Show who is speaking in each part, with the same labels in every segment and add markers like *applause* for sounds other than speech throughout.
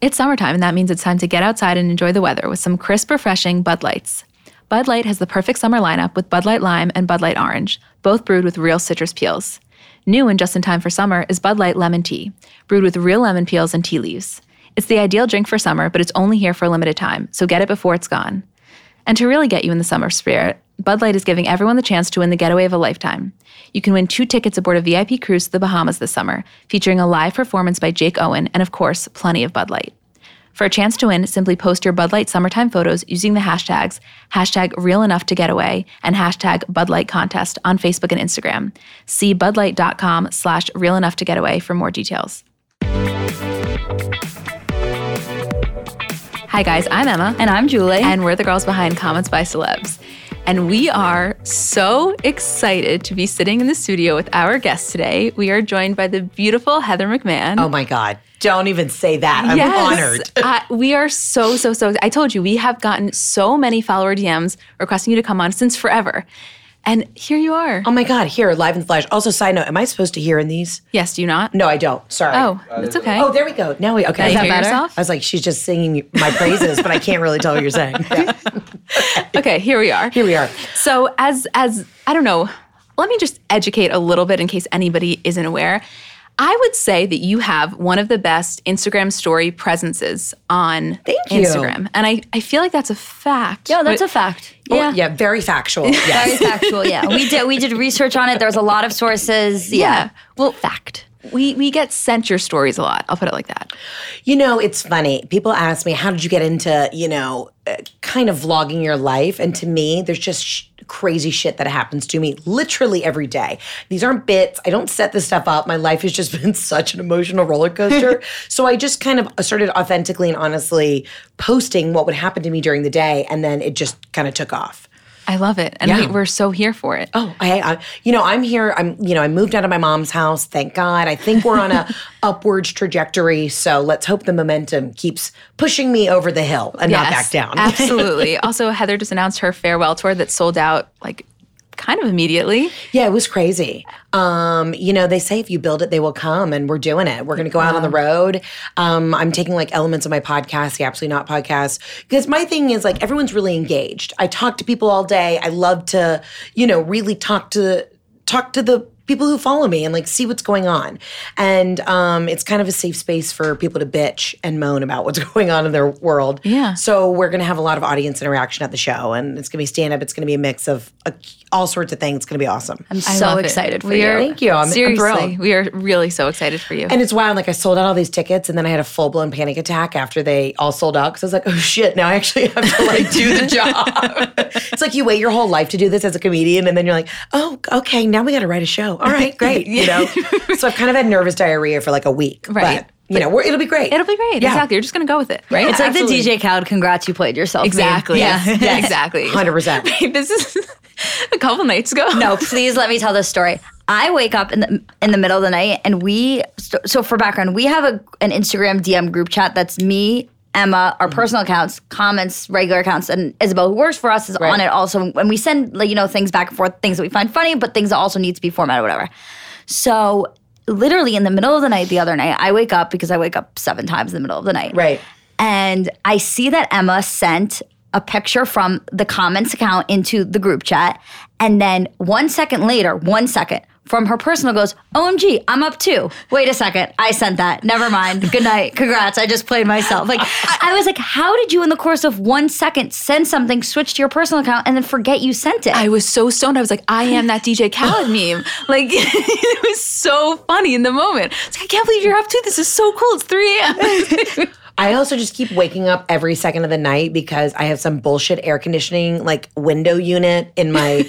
Speaker 1: It's summertime, and that means it's time to get outside and enjoy the weather with some crisp, refreshing Bud Lights. Bud Light has the perfect summer lineup with Bud Light Lime and Bud Light Orange, both brewed with real citrus peels. New and just in time for summer is Bud Light Lemon Tea, brewed with real lemon peels and tea leaves. It's the ideal drink for summer, but it's only here for a limited time, so get it before it's gone. And to really get you in the summer spirit, Bud Light is giving everyone the chance to win the getaway of a lifetime. You can win two tickets aboard a VIP cruise to the Bahamas this summer, featuring a live performance by Jake Owen and, of course, plenty of Bud Light. For a chance to win, simply post your Bud Light summertime photos using the hashtags hashtag real enough to get away and hashtag Bud Light contest on Facebook and Instagram. See budlight.com slash real enough to get away for more details. Hi guys, I'm Emma.
Speaker 2: And I'm Julie.
Speaker 1: And we're the girls behind Comments by Celebs. And we are so excited to be sitting in the studio with our guest today. We are joined by the beautiful Heather McMahon.
Speaker 3: Oh my God. Don't even say that. I'm
Speaker 1: Yes.
Speaker 3: honored. *laughs*
Speaker 1: I- we are so, so, so. I told you, we have gotten so many follower DMs requesting you to come on since forever. And here you are.
Speaker 3: Oh my God. Here, live in the flash. Also, side note, am I supposed to hear in these?
Speaker 1: yes, do you not?
Speaker 3: No, I don't. Sorry.
Speaker 1: Oh, that's okay.
Speaker 3: Oh, there we go. Now we okay.
Speaker 1: Is that
Speaker 3: I
Speaker 1: better?
Speaker 3: I was like, she's just singing my praises, but I can't really tell what you're saying. Yeah.
Speaker 1: okay, here we are.
Speaker 3: Here we are.
Speaker 1: So as as I don't know, let me just educate a little bit in case anybody isn't aware. I would say that you have one of the best Instagram story presences on
Speaker 3: Thank you.
Speaker 1: Instagram. And I, I feel like that's a fact.
Speaker 2: no, that's
Speaker 1: But-
Speaker 2: a fact.
Speaker 3: Yeah. Oh, yeah, very factual. Yes.
Speaker 2: Very Oh, factual. Yeah, we did. We did research on it. There was a lot of sources. Yeah.
Speaker 1: Yeah.
Speaker 2: Well, fact.
Speaker 1: We we get sent your stories a lot. I'll put it like that.
Speaker 3: You know, it's funny. People ask me, how did you get into, you know, uh, kind of vlogging your life? And to me, there's just sh- crazy shit that happens to me literally every day. These aren't bits. I don't set this stuff up. My life has just *laughs* been such an emotional roller coaster. so I just kind of started authentically and honestly posting what would happen to me during the day. And then it just kind of took off.
Speaker 1: I love it. And we, we're so here for it.
Speaker 3: Oh, I, I, you know, I'm here. I'm, you know, I moved out of my mom's house. Thank God. I think we're on a upwards trajectory. So let's hope the momentum keeps pushing me over the hill and not back
Speaker 1: *laughs*
Speaker 3: down.
Speaker 1: absolutely. Also, Heather just announced her farewell tour that sold out like kind of immediately.
Speaker 3: yeah, it was crazy. Um, you know, they say if you build it, they will come, and we're doing it. We're going to go out on the road. Um, I'm taking like elements of my podcast, the Absolutely Not podcast, because my thing is like everyone's really engaged. I talk to people all day. I love to, you know, really talk to talk to the people who follow me and like see what's going on. And um, it's kind of a safe space for people to bitch and moan about what's *laughs* going on in their world.
Speaker 1: Yeah.
Speaker 3: So we're going to have a lot of audience interaction at the show and it's going to be stand up. It's going to be a mix of uh, all sorts of things. It's going to be awesome.
Speaker 2: I'm
Speaker 1: I
Speaker 2: so
Speaker 1: love it.
Speaker 2: excited for
Speaker 1: we
Speaker 2: you.
Speaker 1: Are,
Speaker 3: Thank you. I'm- I'm
Speaker 1: seriously,
Speaker 3: thrilled.
Speaker 1: we are really so excited for you. *laughs*
Speaker 3: and it's wild. Like I sold out all these tickets, and then I had a full blown panic attack after they all sold out. Because I was like, "Oh shit! Now I actually have to
Speaker 1: *laughs*
Speaker 3: like do the job." it's like you wait your whole life to do this as a comedian, and then you're like, "Oh, okay. Now we got to write a show. All right,
Speaker 1: *laughs*
Speaker 3: great." You know. so I've kind of had nervous diarrhea for like a week,
Speaker 1: Right.
Speaker 3: But, you know, we're, it'll be great.
Speaker 1: It'll be great.
Speaker 3: Yeah.
Speaker 1: Exactly. You're just going to go with it, right?
Speaker 2: It's like the DJ Khaled. Congrats, you played yourself. meme.
Speaker 1: Exactly. *laughs*
Speaker 2: Yeah.
Speaker 1: Yeah. Exactly.
Speaker 3: Hundred percent.
Speaker 1: *laughs* This is a couple nights ago.
Speaker 2: No, please let me tell this story. I wake up in the in the middle of the night, and we so, so for background, we have a an Instagram DM group chat that's me, Emma, our personal accounts, comments, regular accounts, and Isabel, who works for us, is on it also. And we send like, you know things back and forth, things that we find funny, but things that also need to be formatted, whatever. So literally in the middle of the night, the other night, I wake up because I wake up seven times in the middle of the night,
Speaker 3: Right.
Speaker 2: and I see that Emma sent a picture from the comments account into the group chat. And then one second later, one second from her personal goes, OMG, I'm up too. Wait a second. I sent that. Never mind. Good night. Congrats. I just played myself. Like, I was like, how did you, in the course of one second, send something, switch to your personal account, and then forget you sent it?
Speaker 1: I was so stoned. I was like, I am that DJ *laughs* Khaled meme. Like, it was so funny in the moment. It's like, I can't believe you're up to this. Is so cool. It's 3 a.m.
Speaker 3: I also just keep waking up every second of the night because I have some bullshit air conditioning like window unit in my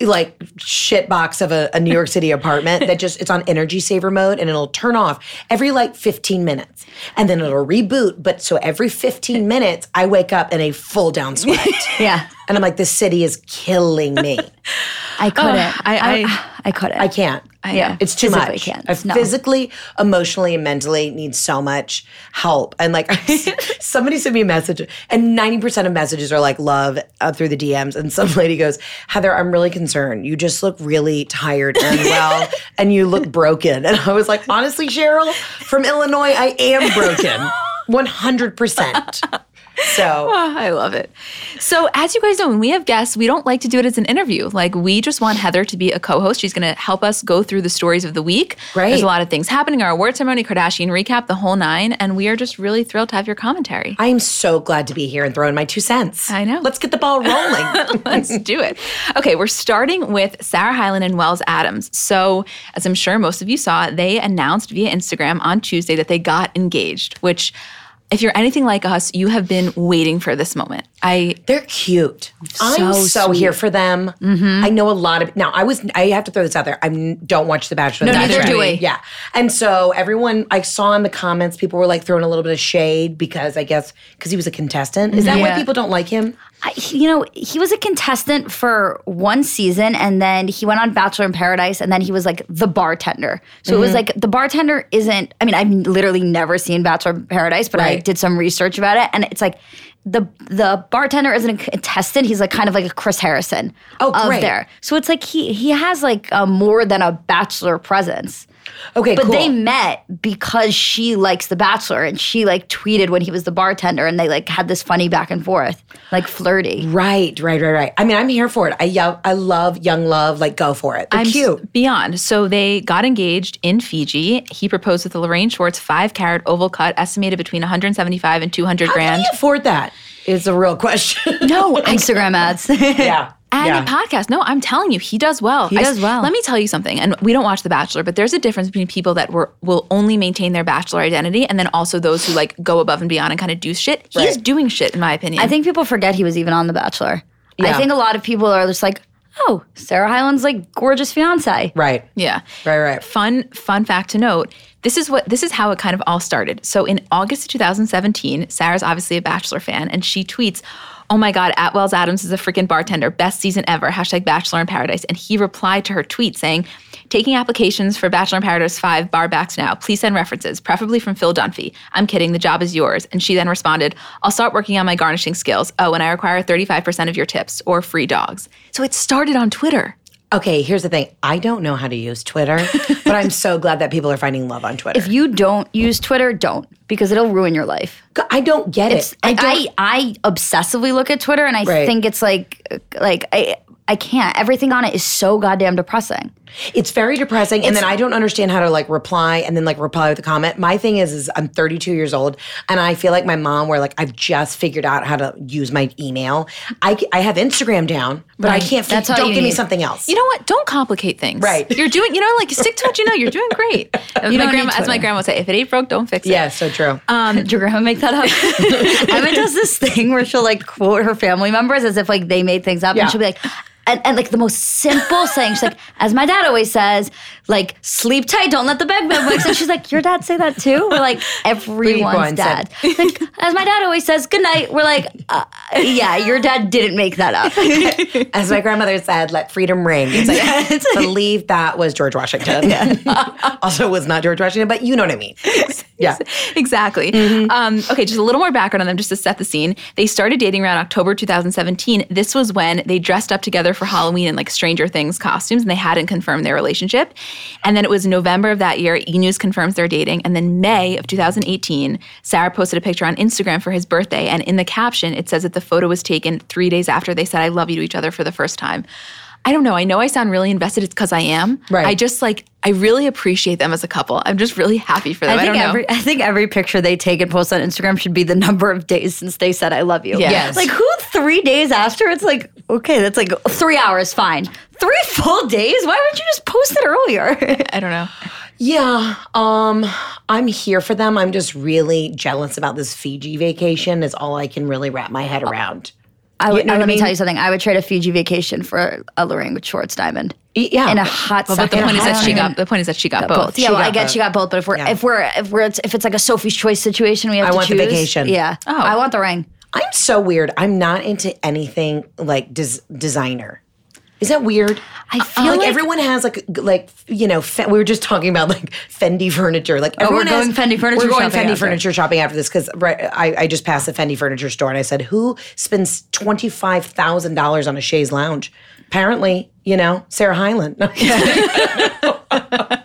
Speaker 3: like shit box of a, a New York City apartment that just it's on energy saver mode and it'll turn off every like 15 minutes and then it'll reboot. But so every 15 minutes I wake up in a full down sweat.
Speaker 2: Yeah.
Speaker 3: And I'm like, this city is killing me.
Speaker 2: Oh, I couldn't.
Speaker 1: I-
Speaker 2: I, I couldn't.
Speaker 3: I can't. I
Speaker 2: Yeah.
Speaker 3: It's too
Speaker 2: Physically
Speaker 3: much.
Speaker 2: can't.
Speaker 3: I
Speaker 2: No.
Speaker 3: physically, emotionally, and mentally need so much help. And like *laughs* somebody sent me a message, and 90% of messages are like love uh, through the DMs. And some *laughs* lady goes, Heather, I'm really concerned. You just look really tired and *laughs* well, and you look broken. And I was like, honestly, Cheryl, from Illinois, I am broken. 100%. So
Speaker 1: *laughs* I love it. So, as you guys know, when we have guests, we don't like to do it as an interview. Like, we just want Heather to be a co host. She's going to help us go through the stories of the week.
Speaker 3: Great.
Speaker 1: There's a lot of things happening our award ceremony, Kardashian recap, the whole nine. And we are just really thrilled to have your commentary.
Speaker 3: I am so glad to be here and throw in my two cents.
Speaker 1: I know.
Speaker 3: Let's get the ball
Speaker 2: *laughs*
Speaker 3: rolling.
Speaker 1: Let's do it. Okay, we're starting with Sarah Hyland and Wells Adams. So, as I'm sure most of you saw, they announced via Instagram on Tuesday that they got engaged, which, if you're anything like us, you have been waiting for this moment. I
Speaker 3: They're cute. I'm so here for them.
Speaker 1: Mm-hmm.
Speaker 3: I know a lot of now. I was. I have to throw this out there. I don't watch The Bachelor. No,
Speaker 1: neither do we.
Speaker 3: Yeah, and so everyone I saw in the comments, people were like throwing a little bit of shade because I guess because he was a contestant. Is that why
Speaker 1: Yeah.
Speaker 3: people don't like him?
Speaker 2: I- he- you know, he was a contestant for one season and then he went on Bachelor in Paradise and then he was like the bartender. So
Speaker 3: Mm-hmm.
Speaker 2: it was like the bartender isn't, I mean, I've literally never seen Bachelor in Paradise, but I
Speaker 3: Right.
Speaker 2: did some research about it and it's like the the bartender isn't a contestant. He's like kind of like a Chris Harrison
Speaker 3: Oh,
Speaker 2: of
Speaker 3: great.
Speaker 2: there. So it's like he he has like a more than a bachelor presence.
Speaker 3: Okay,
Speaker 2: But
Speaker 3: cool.
Speaker 2: they met because she likes The Bachelor and she like tweeted when he was the bartender and they like had this funny back and forth, like flirty.
Speaker 3: right, right, right, right. I mean, I'm here for it. I yo- I love young love. Like, go for it. They're
Speaker 1: I'm s-
Speaker 3: cute.
Speaker 1: Beyond. So they got engaged in Fiji. He proposed with a Lorraine Schwartz five carat oval cut, estimated between 175 and 200
Speaker 3: How
Speaker 1: grand.
Speaker 3: can you afford that? Is the real question. *laughs*
Speaker 2: No, Instagram ads.
Speaker 3: yeah.
Speaker 1: *laughs* And
Speaker 3: yeah.
Speaker 1: in podcast, no, I'm telling you, he does well. He
Speaker 2: does well.
Speaker 1: Let me tell you something. And we don't watch The Bachelor, but there's a difference between people that were will only maintain their bachelor identity, and then also those who like go above and beyond and kind of do shit. He's
Speaker 3: Right.
Speaker 1: doing shit, in my opinion.
Speaker 2: I think people forget he was even on The Bachelor. I
Speaker 3: Yeah.
Speaker 2: think a lot of people are just like, oh, Sarah Hyland's like gorgeous fiance.
Speaker 3: right.
Speaker 1: yeah.
Speaker 3: Right. Right.
Speaker 1: Fun fun fact to note. This is what this is how it kind of all started. So in August of 2017, Sarah's obviously a Bachelor fan, and she tweets, "Oh my God, Atwell's Adams is a freaking bartender. Best season ever." Hashtag Bachelor in Paradise. And he replied to her tweet saying, "Taking applications for Bachelor in Paradise five bar backs now. Please send references, preferably from Phil Dunphy. I'm kidding. The job is yours." And she then responded, "I'll start working on my garnishing skills. Oh, and I require 35% of your tips or free dogs." So it started on Twitter.
Speaker 3: Okay, here's the thing. I don't know how to use Twitter, but I'm so glad that people are finding love on Twitter.
Speaker 2: If you don't use Twitter, don't because it'll ruin your life.
Speaker 3: I don't get it.
Speaker 2: I, I, I obsessively look at Twitter and I
Speaker 3: Right.
Speaker 2: think it's like, like, I, I can't. Everything on it is so goddamn depressing.
Speaker 3: It's very depressing, and then I don't understand how to like reply and then like reply with a comment. My thing is, is I'm 32 years old, and I feel like my mom, where like I've just figured out how to use my email. I, c- I have Instagram down, but I can't.
Speaker 2: That's
Speaker 3: fig-
Speaker 2: all
Speaker 3: don't
Speaker 2: you
Speaker 3: give me
Speaker 2: need.
Speaker 3: something else.
Speaker 1: you know what? Don't complicate things.
Speaker 3: Right.
Speaker 1: You're doing, you know, like stick to what you know. You're doing great. As my
Speaker 2: need
Speaker 1: grandma, as my
Speaker 2: Twitter.
Speaker 1: grandma would say, if it ain't broke, don't fix it.
Speaker 3: yeah, so true.
Speaker 2: *laughs* Did your grandma make that up? Emma does this thing where she'll like quote her family members as if like they made things up,
Speaker 3: Yeah.
Speaker 2: and she'll be like, and, and like the most simple saying, she's like, as my dad always says, like sleep tight, don't let the bed bug wake. And she's like, your dad say that too? We're like everyone's
Speaker 3: Everyone said-
Speaker 2: dad. Like as my dad always says, good night. We're like, uh, yeah, your dad didn't make that up.
Speaker 3: As my grandmother said, "Let freedom ring." It's like,
Speaker 2: *laughs*
Speaker 3: believe that was George Washington. *laughs* also, it was not George Washington, but you know what I
Speaker 2: *laughs*
Speaker 3: mean. Yeah.
Speaker 1: *laughs* Exactly. Um, okay, just a little more background on them just to set the scene. They started dating around October 2017. This was when they dressed up together for Halloween in like Stranger Things costumes and they hadn't confirmed their relationship. And then it was November of that year, E News confirms they're dating. And then May of 2018, Sarah posted a picture on Instagram for his birthday. And in the caption, it says that the photo was taken three days after they said, I love you to each other for the first time. I don't know. I know I sound really invested. It's because I am.
Speaker 3: Right.
Speaker 1: I just like, I really appreciate them as a couple. I'm just really happy for them. I,
Speaker 2: think
Speaker 1: don't know.
Speaker 2: every I think every picture they take and post on Instagram should be the number of days since they said I love you.
Speaker 1: Yeah. Yes.
Speaker 2: Like who three days after? It's like, okay, that's like three hours, fine. Three full days? Why weren't you just post it earlier?
Speaker 1: I don't know.
Speaker 3: Yeah, um, I'm here for them. I'm just really jealous about this Fiji vacation. Is all I can really wrap my head around.
Speaker 2: *laughs* I would,
Speaker 3: know what
Speaker 2: let
Speaker 3: I
Speaker 2: me tell
Speaker 3: mean?
Speaker 2: you something. I would trade a Fiji vacation for a Lorraine with Schwartz diamond
Speaker 3: Y- Yeah,
Speaker 2: in a hot
Speaker 1: Well, but
Speaker 2: second.
Speaker 1: the point is
Speaker 2: I
Speaker 1: that
Speaker 2: don't
Speaker 1: she
Speaker 2: even-
Speaker 1: got the point is that she got,
Speaker 2: both.
Speaker 1: both.
Speaker 2: Yeah,
Speaker 3: She
Speaker 2: well, I
Speaker 3: got
Speaker 2: get
Speaker 3: both.
Speaker 2: she got both, but if we're
Speaker 3: Yeah.
Speaker 2: if we're if we're if it's like a Sophie's choice situation, we have
Speaker 3: I
Speaker 2: to
Speaker 3: want the
Speaker 2: choose.
Speaker 3: vacation.
Speaker 2: Yeah.
Speaker 1: Oh.
Speaker 2: I want the ring.
Speaker 3: I'm so weird. I'm not into anything like des- designer. Is that weird?
Speaker 2: I feel
Speaker 3: like,
Speaker 2: like-
Speaker 3: everyone has like g- like you know fe- we were just talking about like Fendi furniture. Like everyone
Speaker 2: Oh, we're
Speaker 3: has,
Speaker 2: going Fendi furniture
Speaker 3: We're going
Speaker 2: shopping
Speaker 3: Fendi
Speaker 2: after.
Speaker 3: furniture shopping after this because right, I I just passed the Fendi furniture store and I said who spends twenty five thousand dollars on a chaise lounge? Apparently, you know Sarah Hyland. No, I'm just
Speaker 2: *laughs*
Speaker 3: kidding. but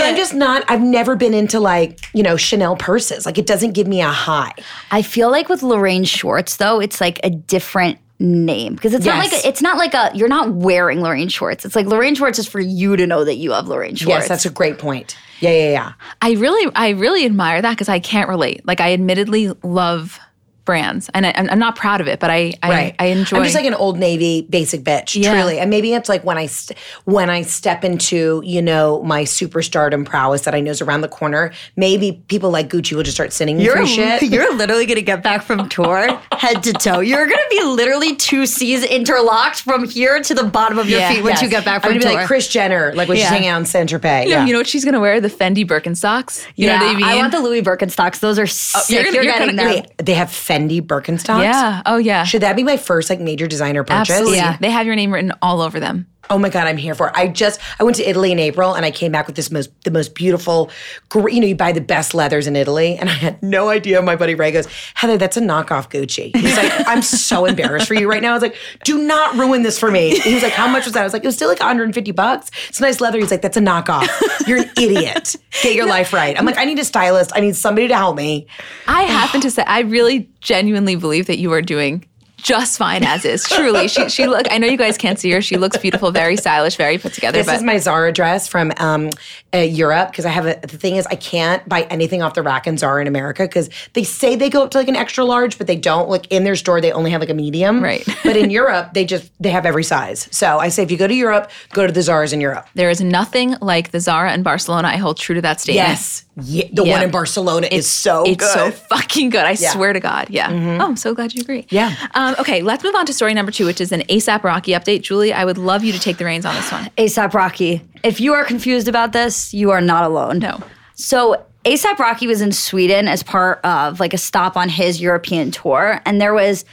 Speaker 3: I'm just not. I've never been into like you know Chanel purses. Like it doesn't give me a high.
Speaker 2: I feel like with Lorraine Schwartz though, it's like a different name because it's not
Speaker 3: Yes.
Speaker 2: like a, it's not like a you're not wearing Lorraine Schwartz. It's like Lorraine Schwartz is for you to know that you have Lorraine Schwartz.
Speaker 3: Yes, that's a great point. Yeah, yeah, yeah.
Speaker 1: I really, I really admire that because I can't relate. Like I admittedly love brands, and I, I'm I'm not proud of it, but I, I,
Speaker 3: right.
Speaker 1: I enjoy.
Speaker 3: I'm just like an old navy basic bitch,
Speaker 1: Yeah.
Speaker 3: truly. And maybe it's like when I st- when I step into you know my superstardom prowess that I know is around the corner. Maybe people like Gucci will just start sending me free shit.
Speaker 2: *laughs* you're literally gonna get back from tour head to toe. You're gonna be literally two C's interlocked from here to the bottom of your
Speaker 1: Yeah.
Speaker 2: feet once
Speaker 3: Yes.
Speaker 2: you get back
Speaker 3: I'm
Speaker 2: from
Speaker 3: gonna
Speaker 2: tour.
Speaker 3: be like Chris Jenner, like when she's
Speaker 1: Yeah.
Speaker 3: hanging out in Saint Tropez.
Speaker 1: you know,
Speaker 3: Yeah.
Speaker 1: you know what she's gonna wear? The Fendi Birkenstocks. You know what I mean?
Speaker 2: want the Louis Birkenstocks. Those are sick.
Speaker 1: you're
Speaker 2: You're,
Speaker 1: gonna- you're
Speaker 2: getting
Speaker 1: gonna-
Speaker 2: them.
Speaker 3: Wait, they have Fendi Birkenstocks.
Speaker 1: yeah. Oh yeah.
Speaker 3: Should that be my first like major designer purchase?
Speaker 1: Absolutely.
Speaker 2: Yeah.
Speaker 1: They have your name written all over them.
Speaker 3: Oh my god, I'm here for it. I just I went to Italy in April and I came back with this most the most beautiful, gr- you know, you buy the best leathers in Italy, and I had no idea. My buddy Ray goes, Heather, that's a knockoff Gucci. He's like, I'm so embarrassed for you right now. I was like, do not ruin this for me. He was like, how much was that? I was like, it was still like 150 bucks. It's nice leather. He's like, that's a knockoff. You're an idiot. Get your life right. I'm like, I need a stylist. I need somebody to help me.
Speaker 1: I happen to say I really genuinely believe that you are doing just fine as is. Truly, she she look. I know you guys can't see her. She looks beautiful, very stylish, very put together.
Speaker 3: This
Speaker 1: but
Speaker 3: is my Zara dress from um, uh, Europe because I have a. The thing is, I can't buy anything off the rack in Zara in America because they say they go up to like an extra large, but they don't. Like in their store, they only have like a medium.
Speaker 1: Right.
Speaker 3: *laughs* but in Europe, they just they have every size. So I say, if you go to Europe, go to the Zara's in Europe.
Speaker 1: there is nothing like the Zara in Barcelona. I hold true to that statement.
Speaker 3: Yes, Ye- the one in Barcelona is so
Speaker 1: it's
Speaker 3: good.
Speaker 1: so fucking good. I
Speaker 3: Yeah. Mm-hmm.
Speaker 1: swear to God. Yeah. Oh, I'm so glad you agree.
Speaker 3: Yeah.
Speaker 1: Um, okay, let's move on to story number two, which is an ASAP Rocky update. Julie, I would love you to take the reins on this one.
Speaker 2: ASAP Rocky. If you are confused about this, you are not alone.
Speaker 1: No.
Speaker 2: So ASAP Rocky was in Sweden as part of like a stop on his European tour, and there was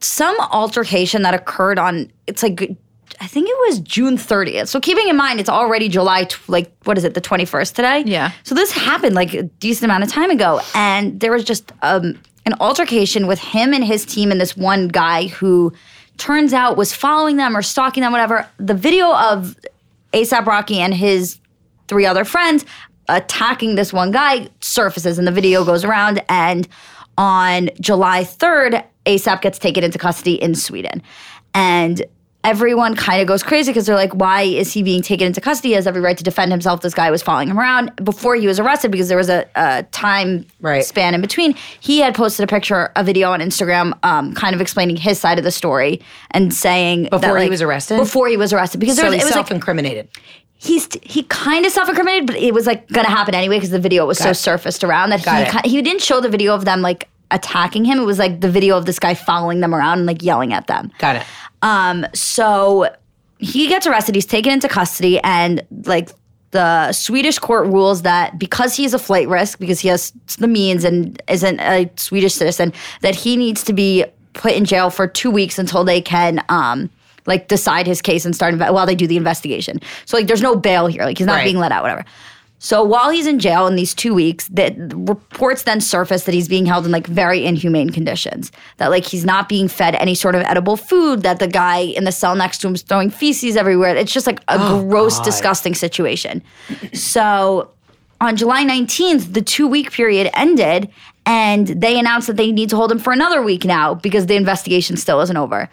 Speaker 2: some altercation that occurred on. It's like. I think it was June 30th. So keeping in mind, it's already July, tw- like, what is it, the 21st today?
Speaker 1: Yeah.
Speaker 2: So this happened like a decent amount of time ago. And there was just um, an altercation with him and his team and this one guy who turns out was following them or stalking them, whatever. The video of ASAP Rocky and his three other friends attacking this one guy surfaces and the video goes around and on July 3rd ASAP gets taken into custody in Sweden and everyone kind of goes crazy because they're like why is he being taken into custody he has every right to defend himself this guy was following him around before he was arrested because there was a, a time
Speaker 3: Right.
Speaker 2: span in between he had posted a picture a video on Instagram um, kind of explaining his side of the story and saying that,
Speaker 3: Before he
Speaker 2: like-
Speaker 3: was arrested?
Speaker 2: before he was arrested because there
Speaker 3: So
Speaker 2: was,
Speaker 3: he's
Speaker 2: it was like
Speaker 3: self-incriminated.
Speaker 2: he's he kind of self-incriminated, but it was like gonna happen anyway because the video was so
Speaker 3: it.
Speaker 2: surfaced around that
Speaker 3: Got
Speaker 2: he
Speaker 3: it.
Speaker 2: ki- he didn't show the video of them like attacking him. It was like the video of this guy following them around and like yelling at them.
Speaker 3: Got it.
Speaker 2: Um, so he gets arrested. He's taken into custody, and like the Swedish court rules that because he is a flight risk, because he has the means and isn't a Swedish citizen, that he needs to be put in jail for two weeks until they can. Um, like decide his case and start inve- while they do the investigation. So like, there's no bail here. Like he's not
Speaker 3: Right.
Speaker 2: being let out, whatever. So while he's in jail in these two weeks, that reports then surface that he's being held in like very inhumane conditions. That like he's not being fed any sort of edible food. That the guy in the cell next to him is throwing feces everywhere. It's just like a gross, disgusting situation. So on July 19th, the two week period ended, and they announced that they need to hold him for another week now because the investigation still isn't over.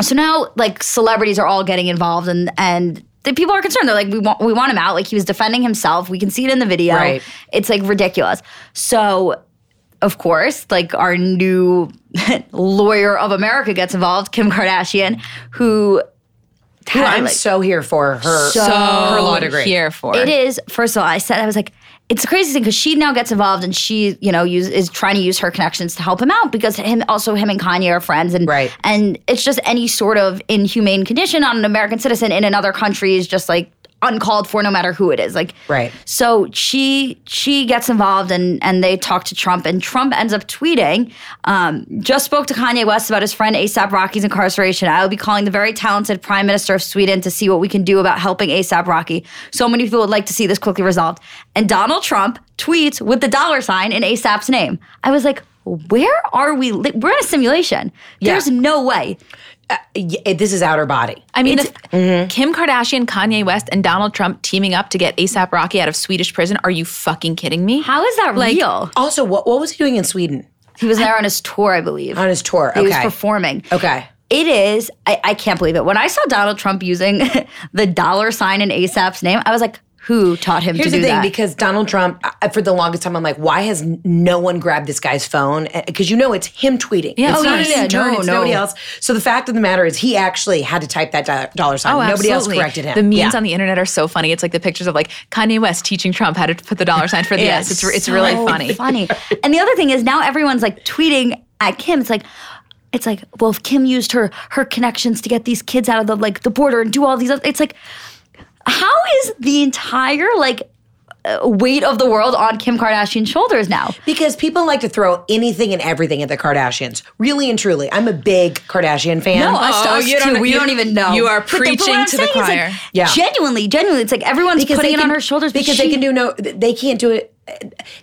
Speaker 2: So now, like, celebrities are all getting involved, and and the people are concerned. They're like, we want we want him out. Like, he was defending himself. We can see it in the video.
Speaker 3: Right.
Speaker 2: It's like ridiculous. So, of course, like our *laughs* new lawyer of America gets involved, Kim Kardashian, who
Speaker 3: Who
Speaker 2: Tyler,
Speaker 3: I'm
Speaker 2: like-
Speaker 3: so here for her
Speaker 2: So
Speaker 3: her law degree.
Speaker 1: here for
Speaker 2: It is. First of all, I said I was like, it's a crazy thing because she now gets involved and she, you know, use, is trying to use her connections to help him out because him also him and Kanye are friends and
Speaker 3: Right.
Speaker 2: and it's just any sort of inhumane condition on an American citizen in another country is just like uncalled for no matter who it is like
Speaker 3: Right.
Speaker 2: so she she gets involved and and they talk to Trump and Trump ends up tweeting um, just spoke to Kanye West about his friend ASAP Rocky's incarceration I will be calling the very talented Prime Minister of Sweden to see what we can do about helping ASAP Rocky so many people would like to see this quickly resolved and Donald Trump tweets with the dollar sign in ASAP's name I was like where are we li- we're in a simulation there's no way
Speaker 3: Y- it- this is outer body.
Speaker 1: I mean, the f-
Speaker 3: Mm-hmm.
Speaker 1: Kim Kardashian, Kanye West, and Donald Trump teaming up to get ASAP Rocky out of Swedish prison. Are you fucking kidding me?
Speaker 2: how is that real
Speaker 3: Also, what what was he doing in Sweden
Speaker 2: he was there on his tour I believe
Speaker 3: on his tour?
Speaker 2: he was
Speaker 3: Okay.
Speaker 2: performing
Speaker 3: okay.
Speaker 2: It is, I, I can't believe it. When I saw Donald Trump using *laughs* the dollar sign in ASAP's name, I was like, who taught him
Speaker 3: Here's
Speaker 2: to do
Speaker 3: the thing,
Speaker 2: that?
Speaker 3: because Donald Trump, I- for the longest time, I'm like, why has n- no one grabbed this guy's phone? Because you know it's him tweeting.
Speaker 1: Yeah,
Speaker 3: it's
Speaker 1: oh,
Speaker 3: not
Speaker 1: yeah,
Speaker 3: an
Speaker 1: yeah,
Speaker 3: intern,
Speaker 2: no,
Speaker 3: it's
Speaker 2: no.
Speaker 3: nobody else. So the fact of the matter is, he actually had to type that do- dollar sign.
Speaker 1: Oh,
Speaker 3: nobody else
Speaker 1: absolutely.
Speaker 3: corrected him.
Speaker 1: The memes
Speaker 3: Yeah.
Speaker 1: on the internet are so funny. It's like the pictures of like Kanye West teaching Trump how to put the dollar sign for the
Speaker 3: Yeah,
Speaker 1: S. It's, it's really
Speaker 2: So
Speaker 1: funny.
Speaker 2: Oh, Funny. and the other thing is now everyone's like tweeting at Kim. It's like, it's like, well, if Kim used her her connections to get these kids out of the like the border and do all these, other, it's like, how is the entire like uh, weight of the world on Kim Kardashian's shoulders now?
Speaker 3: Because people like to throw anything and everything at the Kardashians. Really and truly, I'm a big Kardashian fan.
Speaker 2: No, us,
Speaker 1: Oh,
Speaker 2: us
Speaker 1: you don't-
Speaker 2: too. We
Speaker 1: you-
Speaker 2: don't even know.
Speaker 1: you are
Speaker 2: But the- but what
Speaker 1: preaching
Speaker 2: I'm
Speaker 1: to the
Speaker 2: saying is, like,
Speaker 1: choir.
Speaker 3: Yeah.
Speaker 2: Genuinely, genuinely, it's like everyone's putting
Speaker 3: they
Speaker 2: it on
Speaker 3: can-
Speaker 2: her shoulders but
Speaker 3: because
Speaker 2: she-
Speaker 3: they can do no they can't do it uh,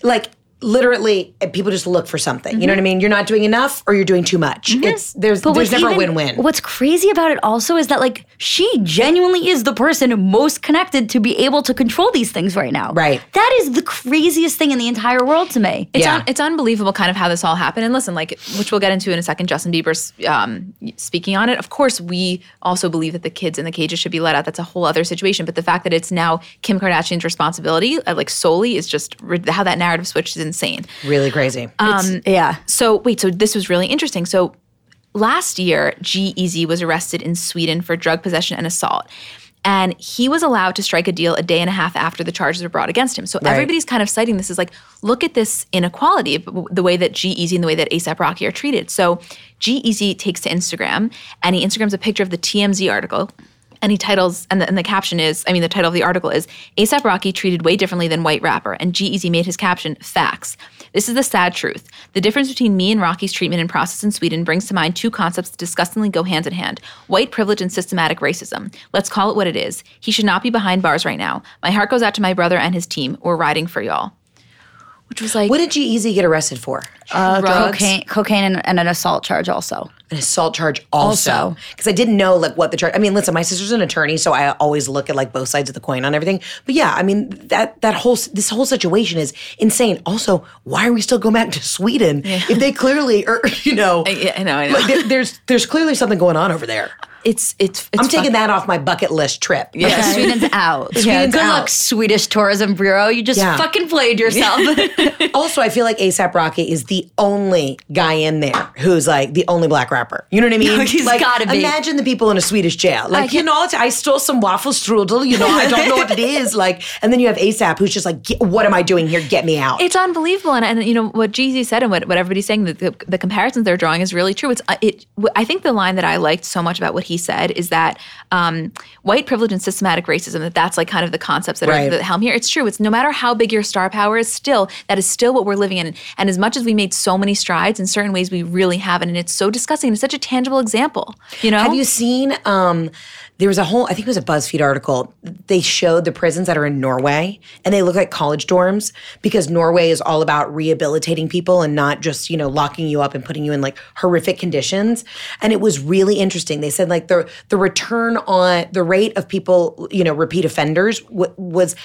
Speaker 3: like literally uh, people just look for something
Speaker 2: Mm-hmm.
Speaker 3: you know what i mean you're not doing enough or you're doing too much it's there's there's
Speaker 2: what's
Speaker 3: never a
Speaker 2: Mm-hmm. even-
Speaker 3: win-win
Speaker 2: What's crazy about it also is that like she genuinely is the person most connected to be able to control these things right now.
Speaker 3: Right.
Speaker 2: That is the craziest thing in the entire world to me.
Speaker 1: It's,
Speaker 3: Yeah.
Speaker 1: un- it's unbelievable, kind of how this all happened. And listen, like, which we'll get into in a second. Justin Bieber's um, speaking on it. Of course, we also believe that the kids in the cages should be let out. That's a whole other situation. But the fact that it's now Kim Kardashian's responsibility, uh, like solely, is just rid- how that narrative switched is insane.
Speaker 3: really crazy
Speaker 1: Um,
Speaker 2: yeah.
Speaker 1: So wait, so this was really interesting. So last year, G Easy was arrested in Sweden for drug possession and assault. And he was allowed to strike a deal a day and a half after the charges were brought against him. So everybody's kind of citing this as like, look at this inequality, b- w- the way that G Easy and the way that ASAP Rocky are treated. So G Easy takes to Instagram and he Instagrams a picture of the TMZ article. And he titles, and the, and the caption is, I mean, the title of the article is ASAP Rocky treated way differently than white rapper. And G Easy made his caption, Facts. This is the sad truth. The difference between me and Rocky's treatment and process in Sweden brings to mind two concepts that disgustingly go hand in hand white privilege and systematic racism. Let's call it what it is. He should not be behind bars right now. My heart goes out to my brother and his team. We're riding for y'all. Which was like,
Speaker 3: what did g easy get arrested for
Speaker 1: Uh, drugs.
Speaker 2: Cocaine, cocaine and, and an assault charge also.
Speaker 3: an assault charge also
Speaker 2: Also.
Speaker 3: because i didn't know like what the charge i mean listen my sister's an attorney so i always look at like both sides of the coin on everything but yeah i mean that that whole s- this whole situation is insane also why are we still going back to sweden if they clearly are *laughs* you know
Speaker 1: yeah, I know, I know.
Speaker 3: like, there- there's there's clearly something going on over there
Speaker 1: It's, it's, it's
Speaker 3: I'm taking
Speaker 1: fuck-
Speaker 3: that off my bucket list trip.
Speaker 1: Yeah.
Speaker 3: Okay.
Speaker 2: Sweden's out.
Speaker 3: *laughs* Sweden's
Speaker 2: Good
Speaker 3: out.
Speaker 2: luck, Swedish Tourism Bureau. You just
Speaker 3: Yeah.
Speaker 2: fucking played
Speaker 3: *laughs*
Speaker 2: yourself. *laughs*
Speaker 3: also, I feel like ASAP Rocky is the only guy in there who's like the only black rapper. You know what I mean?
Speaker 2: He's
Speaker 3: like,
Speaker 2: gotta be.
Speaker 3: Imagine the people in a Swedish jail. Like, you know, I stole some waffle strudel. You know, I don't know what it
Speaker 2: *laughs*
Speaker 3: is. Like, and then you have ASAP who's just like, "Get- what am I doing here? Get me out.
Speaker 1: It's unbelievable, and, and you know what Jeezy said, and what, what everybody's saying that the, the comparisons they're drawing is really true. It's uh, it. w- I think the line that I liked so much about what he said is that um, white privilege and systematic racism. That that's like kind of the concepts that
Speaker 3: Right.
Speaker 1: are at the helm here. It's true. It's no matter how big your star power is, still that is still what we're living in. And as much as we made so many strides in certain ways, we really haven't. And it's so disgusting. It's such a tangible example. You know.
Speaker 3: Have you seen? Um, there was a whole. I think it was a BuzzFeed article. They showed the prisons that are in Norway, and they look like college dorms because Norway is all about rehabilitating people and not just you know locking you up and putting you in like horrific conditions. And it was really interesting. They said like the the return on the rate of people you know repeat offenders w- was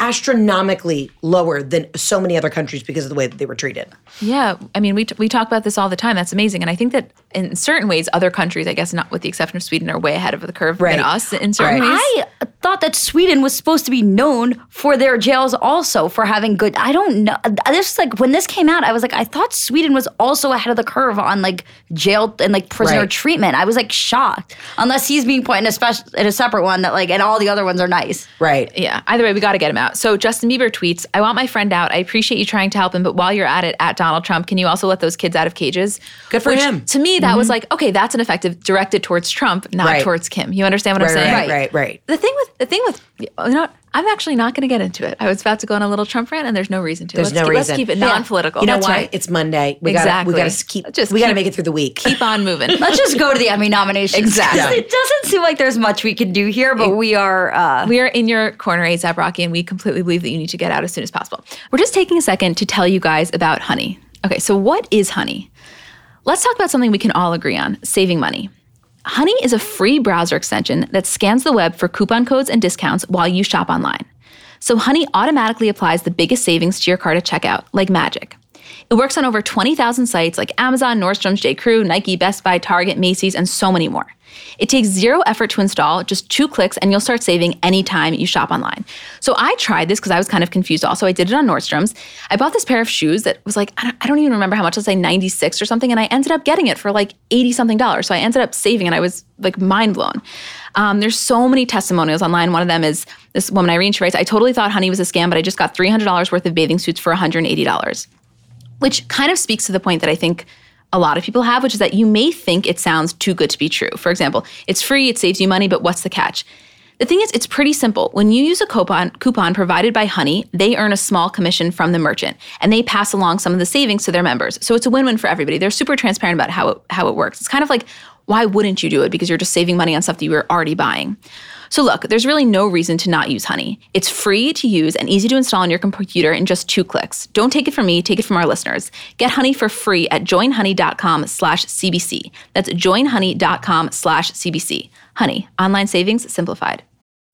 Speaker 3: astronomically lower than so many other countries because of the way that they were treated.
Speaker 1: Yeah, I mean, we t- we talk about this all the time. That's amazing, and I think that in certain ways, other countries, I guess, not with the exception of Sweden, are way ahead of the curve
Speaker 3: Right.
Speaker 1: than us in certain
Speaker 3: Right.
Speaker 1: ways.
Speaker 2: I thought that Sweden was supposed to be known for their jails also for having good. I don't know. This is like when this came out, I was like, I thought Sweden was also ahead of the curve on like jail and like prisoner
Speaker 3: Right.
Speaker 2: treatment. I was like shocked, unless he's being put in a special in a separate one that like, and all the other ones are nice.
Speaker 3: Right.
Speaker 1: yeah. Either way, we got to get him out. So Justin Bieber tweets, "I want my friend out. I appreciate you trying to help him, but while you're at it, at Donald Trump, can you also let those kids out of cages?"
Speaker 3: Good for
Speaker 1: Which,
Speaker 3: him. Mm-hmm.
Speaker 1: To me, that was like, okay, that's an effective directed towards Trump, not
Speaker 3: Right.
Speaker 1: towards Kim. You understand what
Speaker 3: Right,
Speaker 1: I'm saying?
Speaker 3: right, right, right.
Speaker 1: The thing with the thing with you know, I'm actually not going to get into it. I was about to go on a little Trump rant, and there's no reason to.
Speaker 3: There's
Speaker 1: let's
Speaker 3: no
Speaker 1: keep,
Speaker 3: reason.
Speaker 1: Let's keep it non-political.
Speaker 3: You know
Speaker 1: That's
Speaker 3: why?
Speaker 1: right.
Speaker 3: It's Monday. We gotta
Speaker 1: Exactly.
Speaker 3: we gotta keep
Speaker 1: Just
Speaker 3: we gotta
Speaker 1: keep-
Speaker 3: make it through the week.
Speaker 1: Keep on moving.
Speaker 2: Let's just go to the Emmy nominations.
Speaker 1: Exactly.
Speaker 2: It doesn't seem like there's much we can do here, but we are. Uh,
Speaker 1: We are in your corner, ASAP Rocky, and we completely believe that you need to get out as soon as possible. We're just taking a second to tell you guys about honey. Okay, so what is honey? Let's talk about something we can all agree on saving money. Honey is a free browser extension that scans the web for coupon codes and discounts while you shop online. So Honey automatically applies the biggest savings to your cart at checkout, like magic. It works on over 20,000 sites like Amazon, Nordstrom's, J.Crew, Nike, Best Buy, Target, Macy's, and so many more. It takes zero effort to install, just two clicks, and you'll start saving anytime you shop online. So I tried this because I was kind of confused also. I did it on Nordstrom's. I bought this pair of shoes that was like, I don't, I don't even remember how much, let's say 96 or something, and I ended up getting it for like 80 something dollars. So I ended up saving and I was like mind blown. Um, there's so many testimonials online. One of them is this woman, Irene, she writes, I totally thought honey was a scam, but I just got $300 worth of bathing suits for $180 which kind of speaks to the point that I think a lot of people have, which is that you may think it sounds too good to be true. For example, it's free, it saves you money, but what's the catch? The thing is, it's pretty simple. When you use a coupon, coupon provided by Honey, they earn a small commission from the merchant and they pass along some of the savings to their members. So it's a win win for everybody. They're super transparent about how it, how it works. It's kind of like, why wouldn't you do it? Because you're just saving money on stuff that you were already buying. So, look, there's really no reason to not use Honey. It's free to use and easy to install on your computer in just two clicks. Don't take it from me, take it from our listeners. Get Honey for free at joinhoney.com slash CBC. That's joinhoney.com slash CBC. Honey, online savings simplified.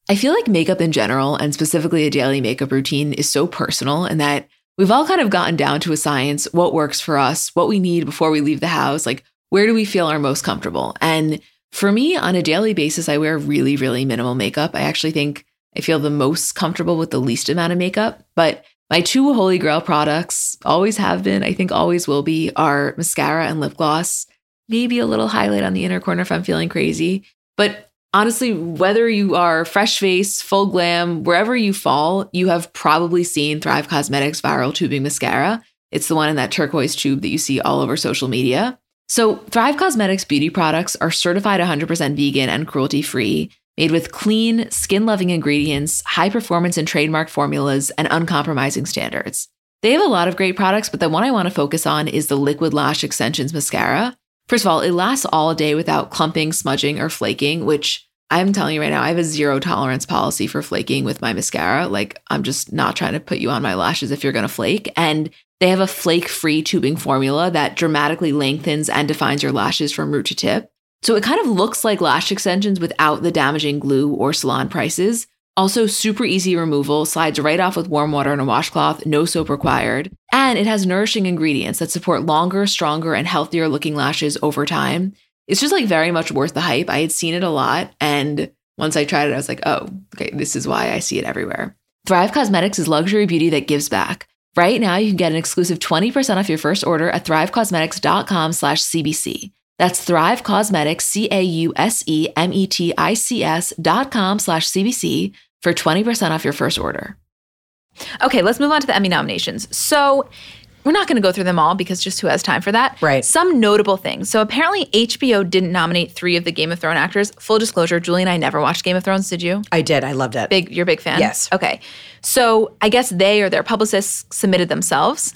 Speaker 4: I feel like makeup in general, and specifically a daily makeup routine, is so personal in that we've all kind of gotten down to a science what works for us, what we need before we leave the house, like where do we feel our most comfortable. And for me, on a daily basis, I wear really, really minimal makeup. I actually think I feel the most comfortable with the least amount of makeup. But my two holy grail products, always have been, I think always will be, are mascara and lip gloss, maybe a little highlight on the inner corner if I'm feeling crazy. But honestly, whether you are fresh face, full glam, wherever you fall, you have probably seen Thrive Cosmetics viral tubing mascara. It's the one in that turquoise tube that you see all over social media. So, Thrive Cosmetics beauty products are certified 100% vegan and cruelty free, made with clean, skin loving ingredients, high performance and trademark formulas, and uncompromising standards. They have a lot of great products, but the one I want to focus on is the Liquid Lash Extensions Mascara. First of all, it lasts all day without clumping, smudging, or flaking, which I'm telling you right now, I have a zero tolerance policy for flaking with my mascara. Like, I'm just not trying to put you on my lashes if you're going to flake. And they have a flake free tubing formula that dramatically lengthens and defines your lashes from root to tip. So it kind of looks like lash extensions without the damaging glue or salon prices. Also, super easy removal, slides right off with warm water and a washcloth, no soap required. And it has nourishing ingredients that support longer, stronger, and healthier looking lashes over time. It's just like very much worth the hype. I had seen it a lot. And once I tried it, I was like, oh, okay, this is why I see it everywhere. Thrive Cosmetics is luxury beauty that gives back. Right now, you can get an exclusive 20% off your first order at thrivecosmetics.com slash CBC. That's Thrive Cosmetics, E C-A-U-S-E-M-E-T-I-C-S dot com slash CBC for 20% off your first order.
Speaker 1: Okay, let's move on to the Emmy nominations. So we're not going to go through them all because just who has time for that?
Speaker 3: Right.
Speaker 1: Some notable things. So apparently HBO didn't nominate three of the Game of Thrones actors. Full disclosure, Julie and I never watched Game of Thrones. Did you?
Speaker 3: I did. I loved it.
Speaker 1: Big, you're a big fan.
Speaker 3: Yes.
Speaker 1: Okay. So I guess they or their publicists submitted themselves.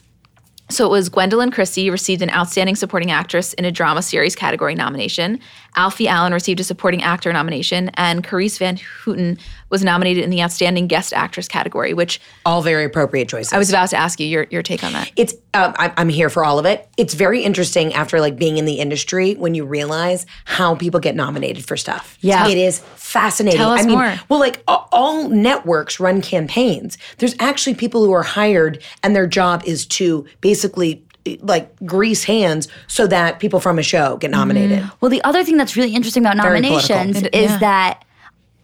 Speaker 1: So it was Gwendolyn Christie received an Outstanding Supporting Actress in a Drama Series category nomination. Alfie Allen received a Supporting Actor nomination, and Carice Van Houten was nominated in the Outstanding Guest Actress category, which
Speaker 3: All very appropriate choices.
Speaker 1: I was about to ask you your, your take on that.
Speaker 3: it's um, I, i'm here for all of it it's very interesting after like being in the industry when you realize how people get nominated for stuff
Speaker 2: Yeah.
Speaker 3: it is fascinating
Speaker 1: Tell us
Speaker 3: i mean
Speaker 1: more.
Speaker 3: well like a- all networks run campaigns there's actually people who are hired and their job is to basically like grease hands so that people from a show get nominated.
Speaker 1: Mm-hmm.
Speaker 2: Well, the other thing that's really interesting about
Speaker 3: Very
Speaker 2: nominations
Speaker 1: It-
Speaker 2: is
Speaker 1: yeah.
Speaker 2: that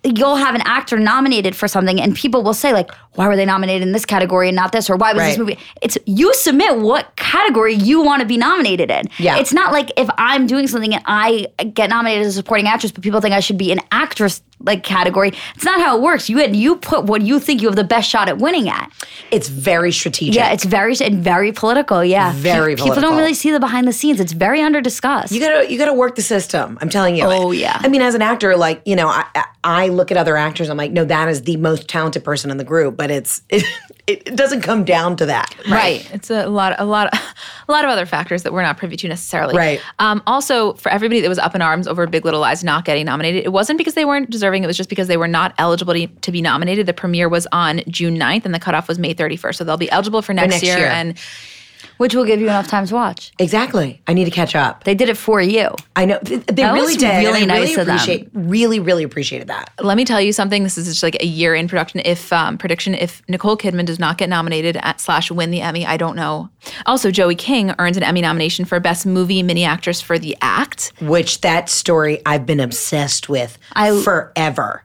Speaker 2: you'll have an actor nominated for something and people will say like why were they nominated in this category and not this or why was this
Speaker 3: Right.
Speaker 2: movie it's you submit what category you want to be nominated in
Speaker 3: Yeah.
Speaker 2: it's not like if i'm doing something and i get nominated as a supporting actress but people think i should be an actress like category it's not how it works you had you put what you think you have the best shot at winning at
Speaker 3: It's very strategic.
Speaker 2: yeah it's very and very political yeah
Speaker 3: Very
Speaker 2: people
Speaker 3: political.
Speaker 2: don't really see the behind the scenes it's very under discussed
Speaker 3: You gotta you gotta work the system. I'm telling you.
Speaker 2: Oh, yeah.
Speaker 3: I mean, as an actor, like you know, I I- I look at other actors. I'm like, no, that is the most talented person in the group. But it's *laughs* it, it doesn't come down to that.
Speaker 2: right
Speaker 1: It's a lot, a lot, *laughs* a lot of other factors that we're not privy to necessarily.
Speaker 3: Right.
Speaker 1: Um, also, for everybody that was up in arms over Big Little Lies not getting nominated, it wasn't because they weren't deserving. It was just because they were not eligible to, to be nominated. The premiere was on June 9th, and the cutoff was May 31st, so they'll be eligible for next,
Speaker 3: next
Speaker 1: year,
Speaker 3: year.
Speaker 1: And
Speaker 2: which will give you enough time to watch
Speaker 3: Exactly. I need to catch up.
Speaker 2: They did it for you.
Speaker 3: I know th- they
Speaker 2: That
Speaker 3: really
Speaker 2: was
Speaker 3: did. and
Speaker 2: really
Speaker 3: I
Speaker 2: nice of them.
Speaker 3: appreciate, Really, really appreciated that.
Speaker 1: let me tell you something. This is just like a year in production. If um, prediction, if Nicole Kidman does not get nominated at slash win the Emmy, I don't know. Also, Joey King earns an Emmy nomination for Best Movie Mini Actress for The Act.
Speaker 3: Which that story I've been obsessed with forever.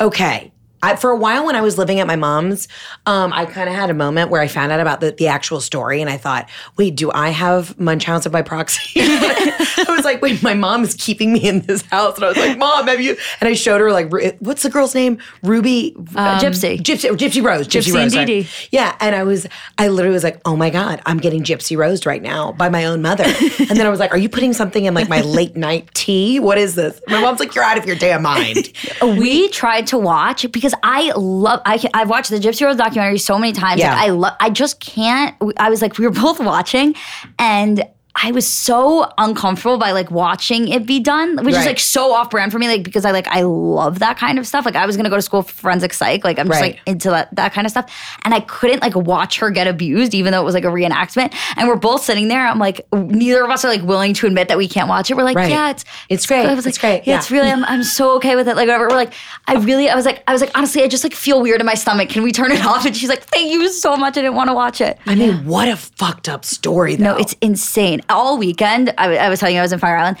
Speaker 3: Okay. I, for a while, when I was living at my mom's, um, I kind of had a moment where I found out about the, the actual story, and I thought, "Wait, do I have Munchausen by proxy?" *laughs* I was like, "Wait, my mom is keeping me in this house," and I was like, "Mom, have you?" And I showed her like, Ru- what's the girl's name? Ruby um,
Speaker 2: Gypsy.
Speaker 3: Gypsy, oh, Gypsy Rose, Gypsy,
Speaker 2: Gypsy
Speaker 3: Rose.
Speaker 2: and
Speaker 3: sorry.
Speaker 2: Dee Dee.
Speaker 3: Yeah, and I was, I literally was like, oh my god, I'm getting Gypsy Rose right now by my own mother. and then I was like, are you putting something in like my late night tea? What is this? My mom's like, you're out of your damn mind.
Speaker 2: We tried to watch because I love. I, can- I've watched the Gypsy Rose documentary so many times.
Speaker 3: Yeah.
Speaker 2: Like, I love. I just can't. I was like, we were *laughs* both watching, and I was so uncomfortable by like watching it be done, which is
Speaker 3: Right.
Speaker 2: like so off brand for me. Like because I like I love that kind of stuff. Like I was gonna go to school for forensic psych. Like I'm just
Speaker 3: Right.
Speaker 2: like into that that kind of stuff, and I couldn't like watch her get abused, even though it was like a reenactment. And we're both sitting there. I'm like, neither of us are like willing to admit that we can't watch it. We're like,
Speaker 3: Right.
Speaker 2: yeah, it's
Speaker 3: It's great.
Speaker 2: I was like,
Speaker 3: It's great.
Speaker 2: Yeah, it's
Speaker 3: Yeah.
Speaker 2: really. I'm, I'm so okay with it. Like whatever. We're like, I really. I was like, I was like, honestly, I just like feel weird in my stomach. Can we turn it *laughs* off? And she's like, thank you so much. I didn't want to watch it.
Speaker 3: I mean, what a fucked up story. Though.
Speaker 2: No, it's insane. All weekend, I, w- I was telling you I was in Fire Island.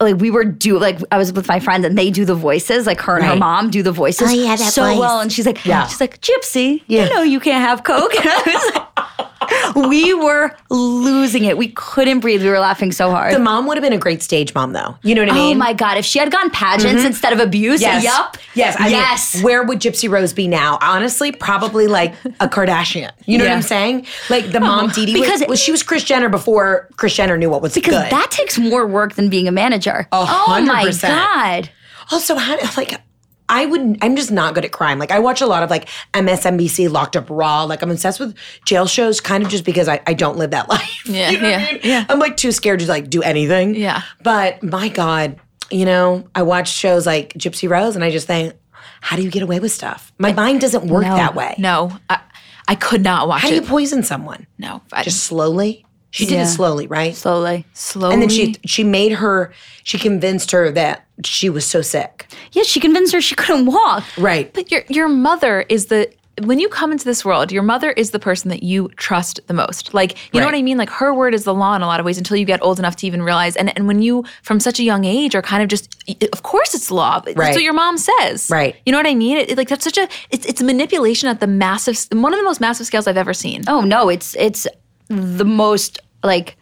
Speaker 2: Like we were do like I was with my friends and they do the voices like her and her
Speaker 3: Right.
Speaker 2: mom do the voices
Speaker 3: Oh, yeah, that
Speaker 2: so
Speaker 3: voice.
Speaker 2: well and she's like
Speaker 3: Yeah.
Speaker 2: she's like Gypsy
Speaker 3: Yeah.
Speaker 2: you know you can't have coke *laughs* and I was like, we were losing it we couldn't breathe we were laughing so hard
Speaker 3: the mom would have been a great stage mom, though. You know what I
Speaker 2: oh
Speaker 3: mean? Mm-hmm.
Speaker 2: my god if she had gone pageants instead of abuse
Speaker 3: Yes.
Speaker 2: yup
Speaker 3: Yes. I mean,
Speaker 2: yes
Speaker 3: where would Gypsy Rose be now? Honestly, probably like a Kardashian. You know what
Speaker 1: Yeah.
Speaker 3: I'm saying? Like the mom, Dee Dee,
Speaker 2: Because-
Speaker 3: was, well, she was Chris Jenner before Chris Jenner knew what was
Speaker 2: Because
Speaker 3: good.
Speaker 2: that takes more work than being a manager. Oh
Speaker 3: hundred
Speaker 2: my
Speaker 3: percent.
Speaker 2: god.
Speaker 3: Also, how like I would I'm just not good at crime. Like I watch a lot of like MSNBC Locked Up Raw. Like I'm obsessed with jail shows kind of just because I, I don't live that *laughs* life.
Speaker 1: Yeah,
Speaker 3: You know what
Speaker 1: yeah,
Speaker 3: I mean? I'm like too scared to like do anything.
Speaker 1: Yeah.
Speaker 3: But my God, you know, I watch shows like Gypsy Rose and I just think, how do you get away with stuff? My mind doesn't work that way.
Speaker 1: No, I, I could not watch
Speaker 3: How
Speaker 1: it.
Speaker 3: do you poison someone?
Speaker 1: no, I
Speaker 3: Just slowly? She did
Speaker 1: Yeah.
Speaker 3: it slowly, right?
Speaker 2: Slowly.
Speaker 1: slowly.
Speaker 3: And then she she made her she convinced her that she was so sick.
Speaker 2: Yeah, she convinced her she couldn't walk.
Speaker 3: Right.
Speaker 1: But your your mother is the when you come into this world, your mother is the person that you trust the most. Like, you know
Speaker 3: Right.
Speaker 1: what I mean? Like her word is the law in a lot of ways until you get old enough to even realize and, and when you from such a young age are kind of just of course it's law. Right. That's
Speaker 3: Right.
Speaker 1: what your mom says.
Speaker 3: Right.
Speaker 1: You know what I mean? It, it- like that's such a it's it's manipulation at the massive one of the most massive scales I've ever seen.
Speaker 2: Oh no, it's it's the most like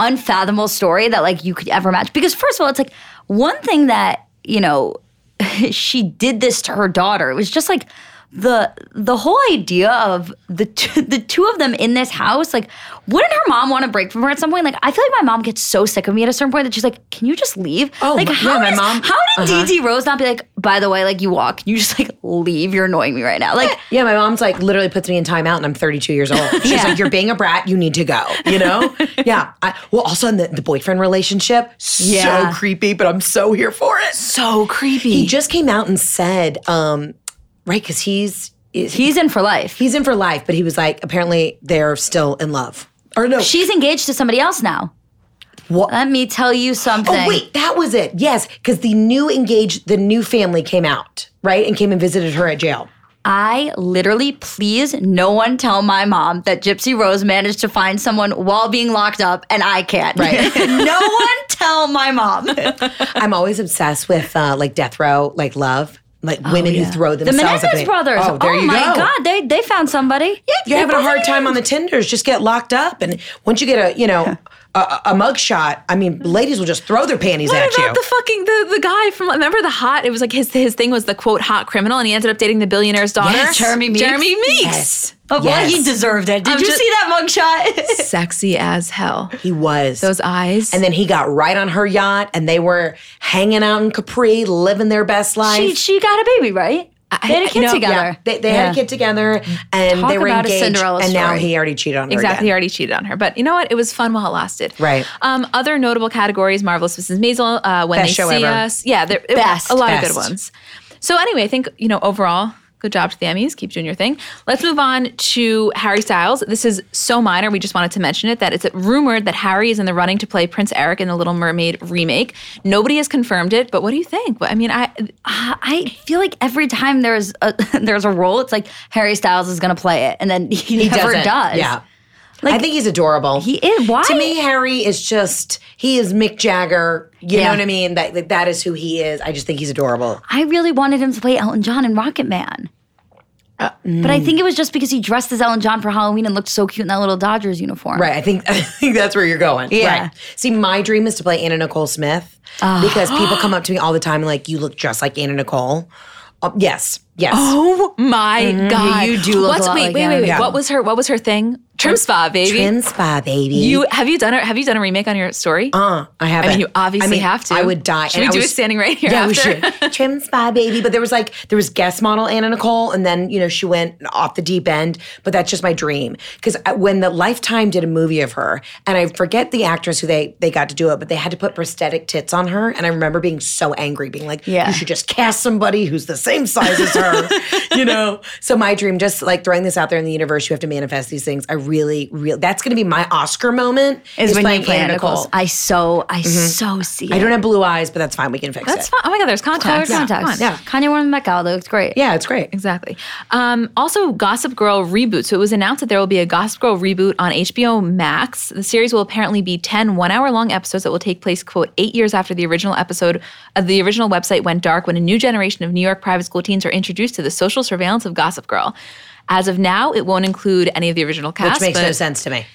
Speaker 2: unfathomable story that like you could ever match. Because first of all, it's like one thing that, you know, *laughs* she did this to her daughter. It was just like the the whole idea of the t- the two *laughs* of them in this house, like, wouldn't her mom want to break from her at some point? Like, I feel like my mom gets so sick of me at a certain point that she's like, "Can you just leave?"
Speaker 3: Oh,
Speaker 2: like,
Speaker 3: my- yeah, my
Speaker 2: is-
Speaker 3: mom- Uh-huh.
Speaker 2: How did Dee Dee Rose not be like, "By the way, like you walk, you just like leave. You're annoying me right now." Like,
Speaker 3: Yeah, my mom's like literally puts me in timeout and I'm 32 years *laughs* old. She's like, you're being a brat, you need to go, you *laughs* know? yeah. I, well, also in the, the boyfriend relationship,
Speaker 2: Yeah.
Speaker 3: so creepy, but I'm so here for it.
Speaker 1: So creepy.
Speaker 3: He just came out and said, um, right, because he's, is-
Speaker 2: he's in for life.
Speaker 3: he's in for life, but he was like, apparently they're still in love. Or no,
Speaker 2: She's engaged to somebody else now.
Speaker 3: What?
Speaker 2: Let me tell you something.
Speaker 3: Oh wait, that was it. Yes, because the new engaged, the new family came out, right, and came and visited her at jail.
Speaker 2: I literally, please, no one tell my mom that Gypsy Rose managed to find someone while being locked up and I
Speaker 3: *laughs*
Speaker 2: can't.
Speaker 3: Right.
Speaker 2: *laughs* no one tell my mom.
Speaker 3: I'm always obsessed with uh, like death row, like love, like women who throw
Speaker 2: Oh, The
Speaker 3: themselves. at
Speaker 2: Menendez brothers.
Speaker 3: Oh, there you
Speaker 2: my
Speaker 3: go.
Speaker 2: God, they they found somebody. Yeah,
Speaker 3: You're having a hard time on the Tinders. Just get locked up, and once you get a, you know, a, a a mug shot, I mean,
Speaker 2: Mm.
Speaker 3: ladies will just throw their panties
Speaker 1: Oh, What
Speaker 3: at
Speaker 1: about
Speaker 3: you.
Speaker 1: the fucking the, the guy from remember the hot? It was like his his thing was the quote hot criminal, and he ended up dating the billionaire's daughter,
Speaker 3: Yes, Jeremy
Speaker 2: Meeks.
Speaker 1: Jeremy Meeks.
Speaker 3: Yes.
Speaker 2: But boy,
Speaker 3: Yes.
Speaker 2: he deserved it. Did
Speaker 1: I'm
Speaker 2: you
Speaker 1: just-
Speaker 2: see that mugshot?
Speaker 1: Sexy as hell.
Speaker 3: he was.
Speaker 1: Those eyes.
Speaker 3: and then he got right on her yacht, and they were hanging out in Capri, living their best life.
Speaker 2: *laughs* she she got a baby, right? they
Speaker 3: *laughs*
Speaker 2: had a
Speaker 1: I-
Speaker 2: kid
Speaker 1: no,
Speaker 2: together.
Speaker 3: They, they had a
Speaker 2: Yeah. Mm.
Speaker 3: kid together, and
Speaker 1: Talk
Speaker 3: they were
Speaker 1: about a
Speaker 3: engaged.
Speaker 1: Cinderella
Speaker 3: and now
Speaker 1: story.
Speaker 3: he already cheated on her.
Speaker 1: Exactly. He
Speaker 3: again.
Speaker 1: already cheated on her. But you know what? It was fun while it lasted.
Speaker 3: Right.
Speaker 1: Um, other notable categories Marvelous Mrs. Maisel, uh, When
Speaker 3: Best
Speaker 1: They
Speaker 3: show
Speaker 1: See
Speaker 3: ever.
Speaker 1: Us. Yeah, there, it-
Speaker 2: Best.
Speaker 1: a lot of
Speaker 3: Best.
Speaker 1: good ones. So, anyway, I think, you know, overall, good job to the Emmys. Keep doing your thing. Let's move on to Harry Styles. This is so minor. We just wanted to mention it that it's rumored that Harry is in the running to play Prince Eric in the Little Mermaid remake. Nobody has confirmed it, but what do you think? I mean, I
Speaker 2: I feel like every time there's a *laughs* there's a role, it's like Harry Styles is gonna play it, and then *laughs* he, never
Speaker 3: doesn't.
Speaker 2: does.
Speaker 3: Yeah. I think he's adorable.
Speaker 2: He is. Why?
Speaker 3: To me, Harry is just, he is Mick Jagger. You
Speaker 2: Yeah.
Speaker 3: know what I mean? That, like, that is who he is. I just think he's adorable.
Speaker 2: I really wanted him to play Elton John in Rocket Man.
Speaker 3: Uh,
Speaker 2: But
Speaker 3: mm.
Speaker 2: I think it was just because he dressed as Elton John for Halloween and looked so cute in that little Dodgers uniform.
Speaker 3: Right. I think, I think that's where you're going.
Speaker 2: Yeah.
Speaker 3: Right. See, my dream is to play Anna Nicole Smith because people come up to me all the time and like, you look just like Anna Nicole. Uh, yes. Yes.
Speaker 1: Oh my god!
Speaker 2: you do look a
Speaker 1: What's,
Speaker 2: lot
Speaker 1: wait, wait,
Speaker 2: like
Speaker 1: wait,
Speaker 2: Anna.
Speaker 1: wait.
Speaker 3: Yeah.
Speaker 1: What was her? What was her thing? Trim spa, baby.
Speaker 3: Trin spa, baby.
Speaker 1: You have you done a have you done a remake on your story?
Speaker 3: Uh, I haven't.
Speaker 1: I mean, you obviously have to.
Speaker 3: I would die.
Speaker 1: Should we
Speaker 3: I
Speaker 1: do it standing right here
Speaker 3: Yeah,
Speaker 1: after?
Speaker 3: we
Speaker 2: *laughs*
Speaker 3: should. Trim spy baby. But there was like there was guest model Anna Nicole, and then you know she went off the deep end. But that's just my dream because when the Lifetime did a movie of her, and I forget the actress who they they got to do it, but they had to put prosthetic tits on her, and I remember being so angry, being like,
Speaker 2: Yeah.
Speaker 3: you should just cast somebody who's the same size as her, *laughs* you know. So my dream, just like throwing this out there in the universe, you have to manifest these things. I really, really, that's going to be my Oscar moment
Speaker 2: Is when
Speaker 3: playing
Speaker 2: you play
Speaker 3: Anna
Speaker 2: Nichols. I so I so see.
Speaker 3: I don't have blue eyes, but that's fine. We can fix
Speaker 1: That's
Speaker 3: it.
Speaker 1: fine. Oh my god, there's contacts. Come
Speaker 2: color contacts.
Speaker 1: on.
Speaker 2: Yeah, Kanye wore them back out. They looked great.
Speaker 3: Yeah, it's great.
Speaker 1: Exactly. Um, also, Gossip Girl reboot. So it was announced that there will be a Gossip Girl reboot on HBO Max. The series will apparently be 10 one hour long episodes that will take place, quote, eight years after the original episode of the original website went dark when a new generation of New York private school teens are introduced to the social surveillance of Gossip Girl. As of now, it won't include any of the original cast.
Speaker 3: Which makes
Speaker 1: but
Speaker 3: no sense to me.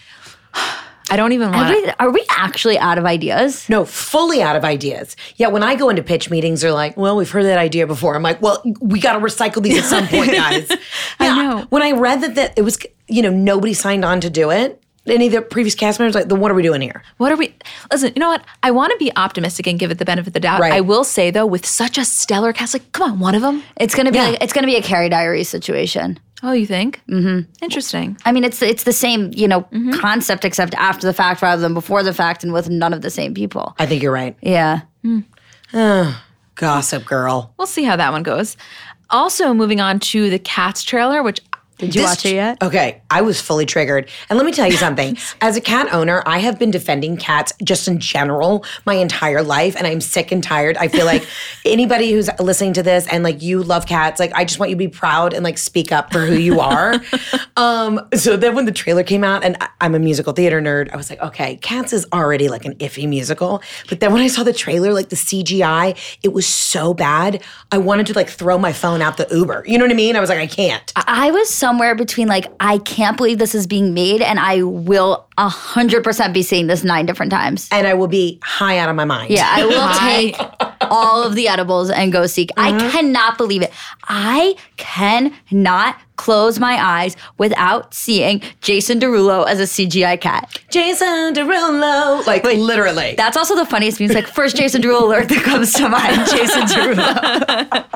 Speaker 1: I don't even
Speaker 2: Are
Speaker 1: want
Speaker 2: we, are we actually out of ideas?
Speaker 3: No, fully out of ideas. Yeah, when I go into pitch meetings, they're like, well, we've heard that idea before. I'm like, well, we got to recycle these at
Speaker 1: *laughs*
Speaker 3: some point, guys. Yeah,
Speaker 1: know.
Speaker 3: When I read that, that it was, you know, nobody signed on to do it. Any of the previous cast members, like, then what are we doing here?
Speaker 1: What are we? Listen, you know what? I want to be optimistic and give it the benefit of the doubt.
Speaker 3: Right.
Speaker 1: I will say though, with such a stellar cast, like, come on, one of them.
Speaker 2: It's gonna be like, it's gonna be a Carrie Diary situation.
Speaker 1: Oh, you think? Mm-hmm. Interesting.
Speaker 2: I mean, it's it's the same you know concept except after the fact rather than before the fact and with none of the same people.
Speaker 3: I think you're right.
Speaker 2: Yeah.
Speaker 3: Gossip girl.
Speaker 1: We'll see how that one goes. Also, moving on to the Cats trailer, which
Speaker 2: Did you watch it yet?
Speaker 3: Okay, I was fully triggered. And let me tell you
Speaker 2: *laughs*
Speaker 3: something. As a cat owner, I have been defending cats just in general my entire life, and I'm sick and tired. I feel
Speaker 2: *laughs*
Speaker 3: like anybody who's listening to this and like you love cats, like I just want you to be proud and like speak up for who you
Speaker 2: *laughs*
Speaker 3: are. um, so then when the trailer came out, and I- I'm a musical theater nerd, I was like, okay, Cats is already like an iffy musical. But then when I saw the trailer, like the CGI, it was so bad. I wanted to like throw my phone out the Uber. You know what I mean? I was like, I can't.
Speaker 2: I was somewhere between like I can't believe this is being made and I will hundred percent be seeing this nine different times.
Speaker 3: and I will be high out of my mind.
Speaker 2: Yeah, I *laughs* will take all of the edibles and go seek. I cannot believe it. I cannot close my eyes without seeing Jason Derulo as a CGI cat.
Speaker 3: Jason Derulo, like literally.
Speaker 2: That's also the funniest music. Like first Jason Derulo alert that comes to mind. *laughs* Jason Derulo.
Speaker 3: *laughs*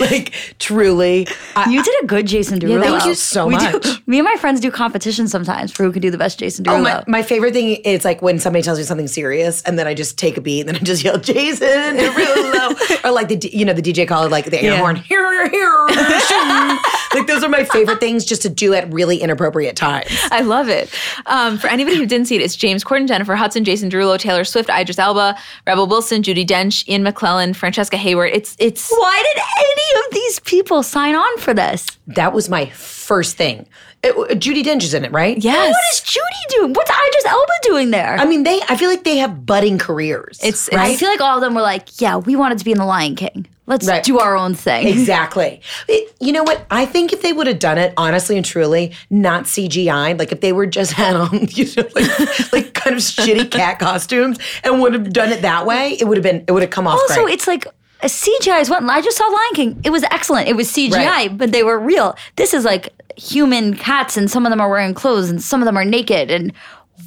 Speaker 3: like truly. I,
Speaker 2: You did a good Jason Derulo.
Speaker 3: thank you so
Speaker 2: We
Speaker 3: much.
Speaker 2: Do, *laughs* me and my friends do competitions sometimes for who can do the best Jason Derulo.
Speaker 3: Oh, my, my favorite thing is like when somebody tells me something serious, and then I just take a beat, and then I just yell Jason
Speaker 2: *laughs*
Speaker 3: Derulo, or like the D- you know the DJ called like the air horn here here. shoo. like those are my favorite things just to do at really inappropriate times.
Speaker 1: *laughs* I love it. Um, for anybody who didn't see it, it's James Corden, Jennifer Hudson, Jason Derulo, Taylor Swift, Idris Elba, Rebel Wilson, Judy Dench, Ian McClellan, Francesca Hayward. It's it's
Speaker 2: Why did any of these people sign on for this?
Speaker 3: That was my first thing. It- Judy Dench is in it, right?
Speaker 1: yes.
Speaker 2: What is Judy doing? What's Idris Elba doing there?
Speaker 3: I mean, they. I feel like they have budding careers.
Speaker 1: It's- it's-
Speaker 2: I feel like all of them were like, yeah, we wanted to be in The Lion King. Let's
Speaker 3: Right.
Speaker 2: do our own thing.
Speaker 3: Exactly. It- you know what? I think if they would have done it honestly and truly, not CGI, like if they were just *laughs* had on, you know, like, like kind of shitty cat costumes and would have done it that way, it would have been, it would have come off
Speaker 2: Also,
Speaker 3: great.
Speaker 2: it's like a CGI is one. I just saw Lion King. It was excellent. It was CGI,
Speaker 3: Right.
Speaker 2: but they were real. This is like human cats, and some of them are wearing clothes, and some of them are naked. And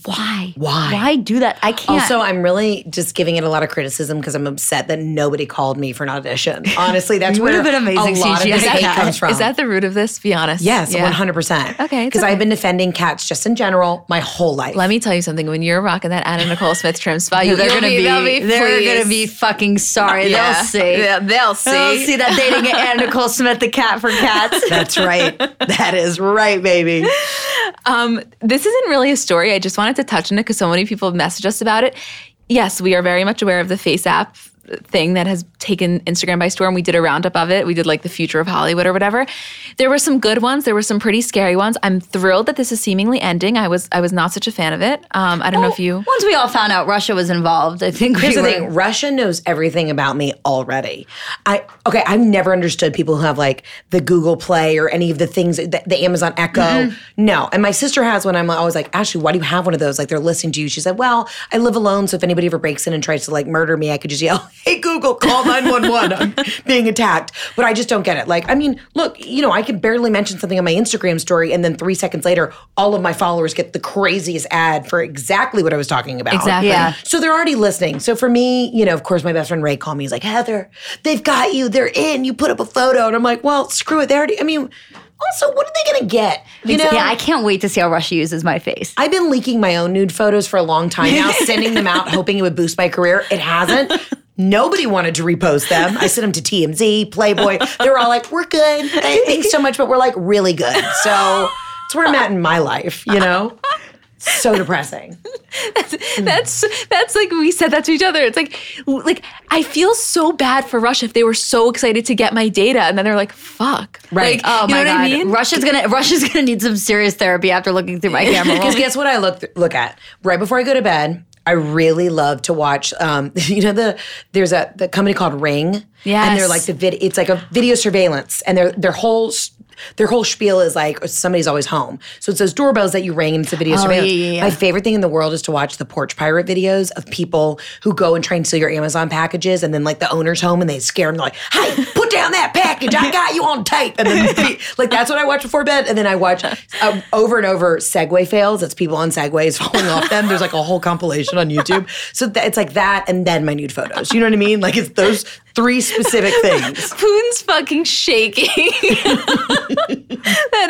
Speaker 2: why?
Speaker 3: Why?
Speaker 2: Why do that? I can't.
Speaker 3: also, I'm really just giving it a lot of criticism because I'm upset that nobody called me for an audition.
Speaker 1: *laughs*
Speaker 3: Honestly, that's
Speaker 2: would
Speaker 3: where
Speaker 2: have been amazing
Speaker 3: a lot
Speaker 2: CGI
Speaker 3: of this hate
Speaker 2: cat.
Speaker 3: comes from.
Speaker 1: Is that the root of this? Be honest.
Speaker 3: yes,
Speaker 1: Yeah.
Speaker 3: 100%.
Speaker 1: Okay, it's
Speaker 3: Because
Speaker 1: okay.
Speaker 3: I've been defending cats just in general my whole life.
Speaker 1: Let me tell you something. When you're rocking that Anna Nicole Smith trim spot, you,
Speaker 2: they're
Speaker 1: you'll
Speaker 2: gonna be,
Speaker 1: they'll
Speaker 2: they're
Speaker 1: pleased.
Speaker 2: gonna be fucking sorry.
Speaker 1: Yeah.
Speaker 2: They'll see.
Speaker 1: Yeah, they'll see.
Speaker 2: They'll see that
Speaker 1: *laughs*
Speaker 2: they didn't get Anna Nicole Smith the cat for cats.
Speaker 3: That's right. that is right, baby.
Speaker 1: this isn't really a story. I just wanted to touch on it because so many people message us about it. Yes, we are very much aware of the Face app thing that has taken Instagram by storm. We did a roundup of it. We did like the future of Hollywood or whatever. There were some good ones. There were some pretty scary ones. I'm thrilled that this is seemingly ending. I was I was not such a fan of it. Um, I don't know if you.
Speaker 2: Once we all found out Russia was involved, I think
Speaker 3: Here's
Speaker 2: we
Speaker 3: the
Speaker 2: were,
Speaker 3: thing: Russia knows everything about me already. I okay. I've never understood people who have like the Google Play or any of the things, the, the Amazon Echo.
Speaker 1: Mm-hmm.
Speaker 3: No, and my sister has one. I'm always like, Ashley, why do you have one of those? Like they're listening to you. She said, Well, I live alone, so if anybody ever breaks in and tries to like murder me, I could just yell, *laughs* Hey Google, call nine one one. I'm *laughs* being attacked. But I just don't get it. Like, I mean, look, you know, I could barely mention something on my Instagram story, and then three seconds later, all of my followers get the craziest ad for exactly what I was talking about.
Speaker 1: Exactly. Yeah.
Speaker 3: So they're already listening. So for me, you know, of course, my best friend Ray called me. He's like, Heather, they've got you. They're in. You put up a photo. And I'm like, well, screw it. They already, I mean, also, what are they going to get? You know?
Speaker 2: yeah, I can't wait to see how Russia uses my face.
Speaker 3: I've been leaking my own nude photos for a long time
Speaker 2: *laughs*
Speaker 3: now, sending them out, hoping it would boost my career. It hasn't. Nobody wanted to repost them. I sent them to TMZ, Playboy. They were all like, we're good. Hey, Thanks so much, but we're like really good. So it's where I'm at in my life, you know? So depressing.
Speaker 1: Oh, That's that's like we said that to each other. It's like like I feel so bad for Russia if they were so excited to get my data and then they're like fuck.
Speaker 3: Right.
Speaker 1: Like, oh you know what I mean?
Speaker 2: Russia's gonna Russia's gonna need some serious therapy after looking through my
Speaker 1: *laughs*
Speaker 3: *laughs*
Speaker 2: camera. roll.
Speaker 3: Because guess what I look look at right before I go to bed. I really love to watch. Um, *laughs* you know the there's a the company called Ring. And
Speaker 1: Yes.
Speaker 3: they're like the vid. It's like a video surveillance, and their their whole s- their whole spiel is like somebody's always home. So it's those doorbells that you ring, and it's a video surveillance.
Speaker 2: Oh, yeah, yeah, yeah.
Speaker 3: My favorite thing in the world is to watch the porch pirate videos of people who go and try and steal your Amazon packages, and then like the owner's home, and they scare them. They're like, "Hey, put down that package! I got you on tape!" And then
Speaker 2: *laughs*
Speaker 3: they- like that's what I watch before bed, and then I watch um, over and over Segway fails. It's people on Segways *laughs* falling off them. There's like a whole compilation on YouTube. So that it's like that, and then my nude photos. You know what I mean? Like it's those three *laughs* specific things.
Speaker 1: Poon's fucking shaking. that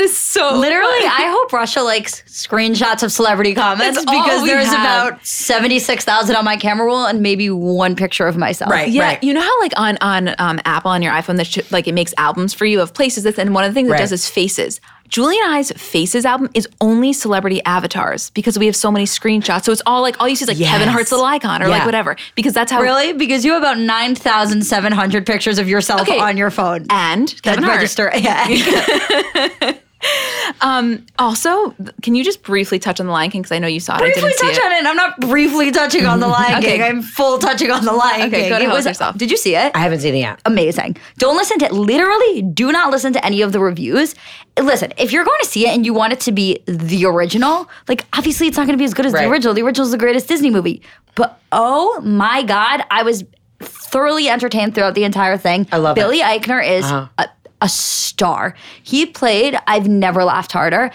Speaker 1: is so
Speaker 2: Literally, I hope Russia likes screenshots of celebrity comments
Speaker 1: That's all
Speaker 2: because
Speaker 1: we
Speaker 2: there's
Speaker 1: have.
Speaker 2: about seventy six thousand on my camera roll and maybe one picture of myself.
Speaker 3: Right.
Speaker 1: Yeah,
Speaker 3: right.
Speaker 1: you know how like on on um, Apple on your iPhone that sh- like it makes albums for you of places. That's, and one of the things
Speaker 3: Right.
Speaker 1: it does is faces. Julie and I's faces album is only celebrity avatars because we have so many screenshots. So it's all like all you see is like Kevin
Speaker 3: Yes.
Speaker 1: Hart's little icon or
Speaker 3: Yeah.
Speaker 1: like whatever because that's how
Speaker 2: Really? Because you have about nine thousand seven hundred pictures of yourself
Speaker 1: Okay.
Speaker 2: on your phone.
Speaker 1: and
Speaker 2: That
Speaker 1: Kevin Hart.
Speaker 2: register. *laughs* Yeah.
Speaker 1: Also, th- can you just briefly touch on the Lion King because I know you saw it. I
Speaker 2: briefly
Speaker 1: didn't see
Speaker 2: touch
Speaker 1: it.
Speaker 2: on it. I'm not briefly touching on the Lion King. I'm full touching on the Lion
Speaker 1: Okay,
Speaker 2: King.
Speaker 1: go to
Speaker 2: it
Speaker 1: hell
Speaker 2: was,
Speaker 1: with yourself.
Speaker 2: Did you see it?
Speaker 3: I haven't seen it yet.
Speaker 2: amazing. Don't listen to literally do not listen to any of the reviews. Listen, if you're going to see it and you want it to be the original, like obviously it's not going to be as good as
Speaker 3: Right.
Speaker 2: the original. The original is the greatest Disney movie. But oh my god, I was thoroughly entertained throughout the entire thing. I
Speaker 3: love it.
Speaker 2: Billy Eichner is
Speaker 3: Uh-huh.
Speaker 2: a, a star. He played I've never laughed harder.